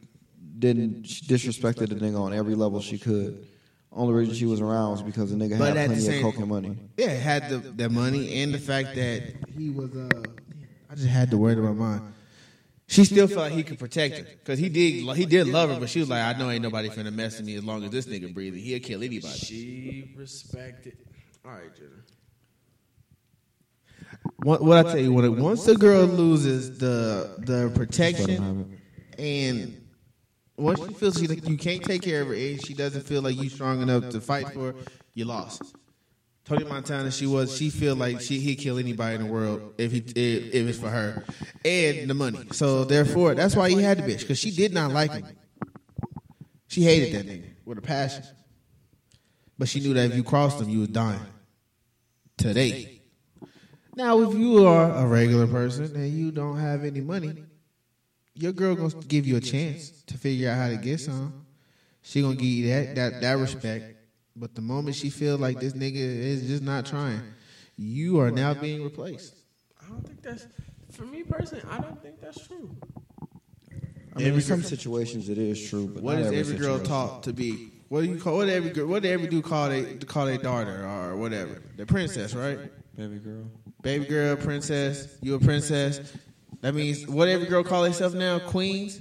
Speaker 2: didn't. She disrespected the nigga on every level she could. Only reason she was around was because the nigga
Speaker 6: But
Speaker 2: had
Speaker 6: at the
Speaker 2: plenty of
Speaker 6: same-
Speaker 2: coke and money.
Speaker 6: Yeah, it had the the money and the fact that he was. Uh, I just had the word in my mind.
Speaker 3: She still felt like he could protect her because he did. He did love her, but she was like, "I know ain't nobody finna mess with me as long as this nigga breathing. He'll kill anybody."
Speaker 4: She respected. All right, Jenner.
Speaker 6: What, what I tell you, when it, once the girl loses the the protection, and once she feels she, like you can't take care of her, and she doesn't feel like you strong enough to fight for, her, you lost. Tony Montana, she was. She feel like she he'd kill anybody in the world if he if, if it's for her, and the money. So therefore, that's why he had the bitch because she did not like him. She hated that nigga with a passion, but she knew that if you crossed him, you was dying today. Now, if you are a regular person and you don't have any money, your girl gonna give you a chance to figure out how to get some. She gonna give you that that that respect. But the moment she feel like this nigga is just not trying, you are now being replaced.
Speaker 4: I don't think that's for me personally. I don't think that's true.
Speaker 2: I mean, in some situations it is true, but
Speaker 6: What
Speaker 2: not
Speaker 6: is
Speaker 2: every,
Speaker 6: every girl
Speaker 2: situation.
Speaker 6: taught to be? What do you call? What every girl? What every dude call they call their daughter or whatever? The princess, right?
Speaker 2: Baby girl.
Speaker 6: baby girl, princess, you a princess. That means what every girl call herself now, queens.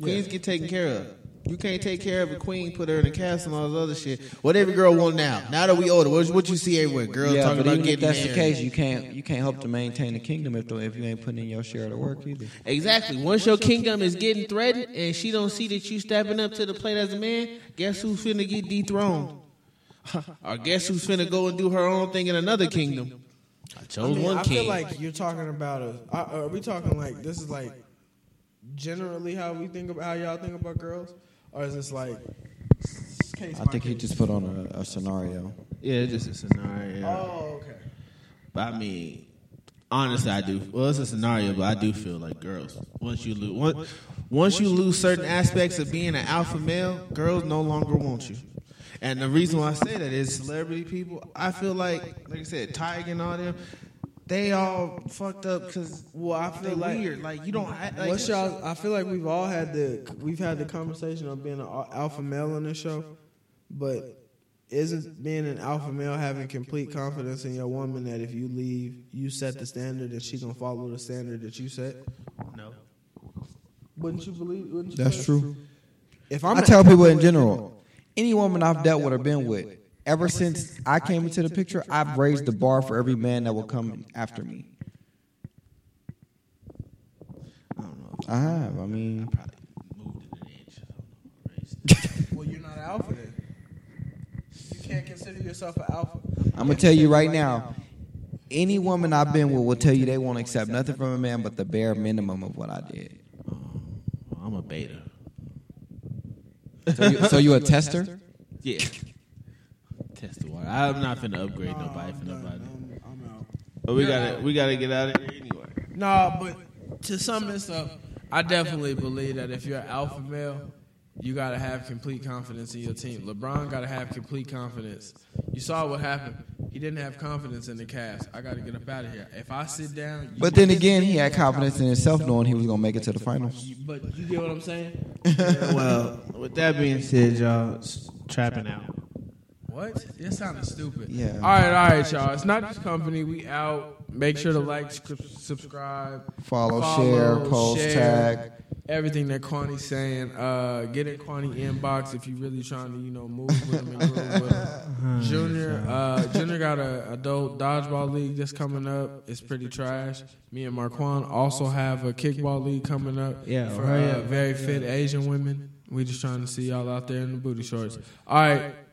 Speaker 6: Queens get taken care of. You can't take care of a queen, put her in a castle and all this other shit. What every girl want now? Now that we older, what, what you see everywhere? Girls
Speaker 2: Yeah,
Speaker 6: talking
Speaker 2: but
Speaker 6: about
Speaker 2: even if
Speaker 6: getting
Speaker 2: that's the
Speaker 6: married.
Speaker 2: case, you can't you can't help to maintain the kingdom if if you ain't putting in your share of the work either.
Speaker 3: Exactly. Once your kingdom is getting threatened and she don't see that you stepping up to the plate as a man, guess who's finna get dethroned? or guess who's finna go and do her own thing in another kingdom? I chose
Speaker 1: I, mean,
Speaker 3: one
Speaker 1: I
Speaker 3: king.
Speaker 1: feel like you're talking about a. I- Are we talking like this is like generally how we think about how y'all think about girls, or is this like? s- Case
Speaker 2: I
Speaker 1: by
Speaker 2: think he
Speaker 1: case?
Speaker 2: just put on a, a scenario.
Speaker 3: yeah, it's just a scenario.
Speaker 1: Oh, okay.
Speaker 3: But I mean, honestly, I do. Well, it's a scenario, but I do feel like girls. Once you lose, once, once you lose certain aspects of being an alpha male, girls no longer want you. And the reason why I say that is celebrity people. I feel like, like I said, Tiger and all them, they all fucked up because well, I feel like weird. Like you don't. act Like,
Speaker 1: What's y'all? I feel like we've all had the we've had the conversation of being an al- alpha male on this show, but isn't being an alpha male having complete confidence in your woman that if you leave, you set the standard and she's gonna follow the standard that you set?
Speaker 3: No.
Speaker 1: Wouldn't you believe? Wouldn't you
Speaker 2: That's
Speaker 1: say-
Speaker 2: true.
Speaker 1: If
Speaker 2: i
Speaker 1: I'm,
Speaker 2: tell people in general, any woman I've dealt with or been with, ever since I came into the picture, I've raised the bar for every man that will come after me. I have. I mean,
Speaker 3: Moved it an inch.
Speaker 1: Well, you're not an alpha then. You can't consider yourself an alpha.
Speaker 2: I'm gonna tell you right now. Any woman I've been with will tell you they won't accept nothing from a man but the bare minimum of what I did.
Speaker 3: Well, I'm a beta.
Speaker 2: So you, so you a tester?
Speaker 3: Yeah. Test the water. I'm not finna upgrade nobody for nobody.
Speaker 1: I'm, I'm out.
Speaker 3: But Oh, we gotta we gotta get out of here anyway.
Speaker 4: Nah, but to sum this up, I definitely believe that if you're an alpha male, you gotta have complete confidence in your team. LeBron gotta have complete confidence. You saw what happened. He didn't have confidence in the Cavs. I gotta get up out of here. If I sit down, you
Speaker 2: But then again, he had confidence in himself knowing he was gonna make it to the finals.
Speaker 4: but you get what I'm saying?
Speaker 3: well, with that being said, y'all s- trapping out.
Speaker 4: What? That sounded stupid.
Speaker 2: Yeah.
Speaker 4: All right, all right, y'all. It's not just company. We out. Make sure to like, scrip- subscribe,
Speaker 2: Follow, share,
Speaker 4: Follow,
Speaker 2: post,
Speaker 4: share.
Speaker 2: tag.
Speaker 4: everything that Kwani's saying. Uh, get in Kwani inbox if you really trying to, you know, move with him and grow with him. Junior, uh, Junior got a adult dodgeball league that's coming up. It's pretty trash. Me and Marquand also have a kickball league coming up.
Speaker 3: Yeah,
Speaker 4: for
Speaker 3: hurry
Speaker 4: uh,
Speaker 3: up.
Speaker 4: very fit Asian women. We just trying to see y'all out there in the booty shorts. All right,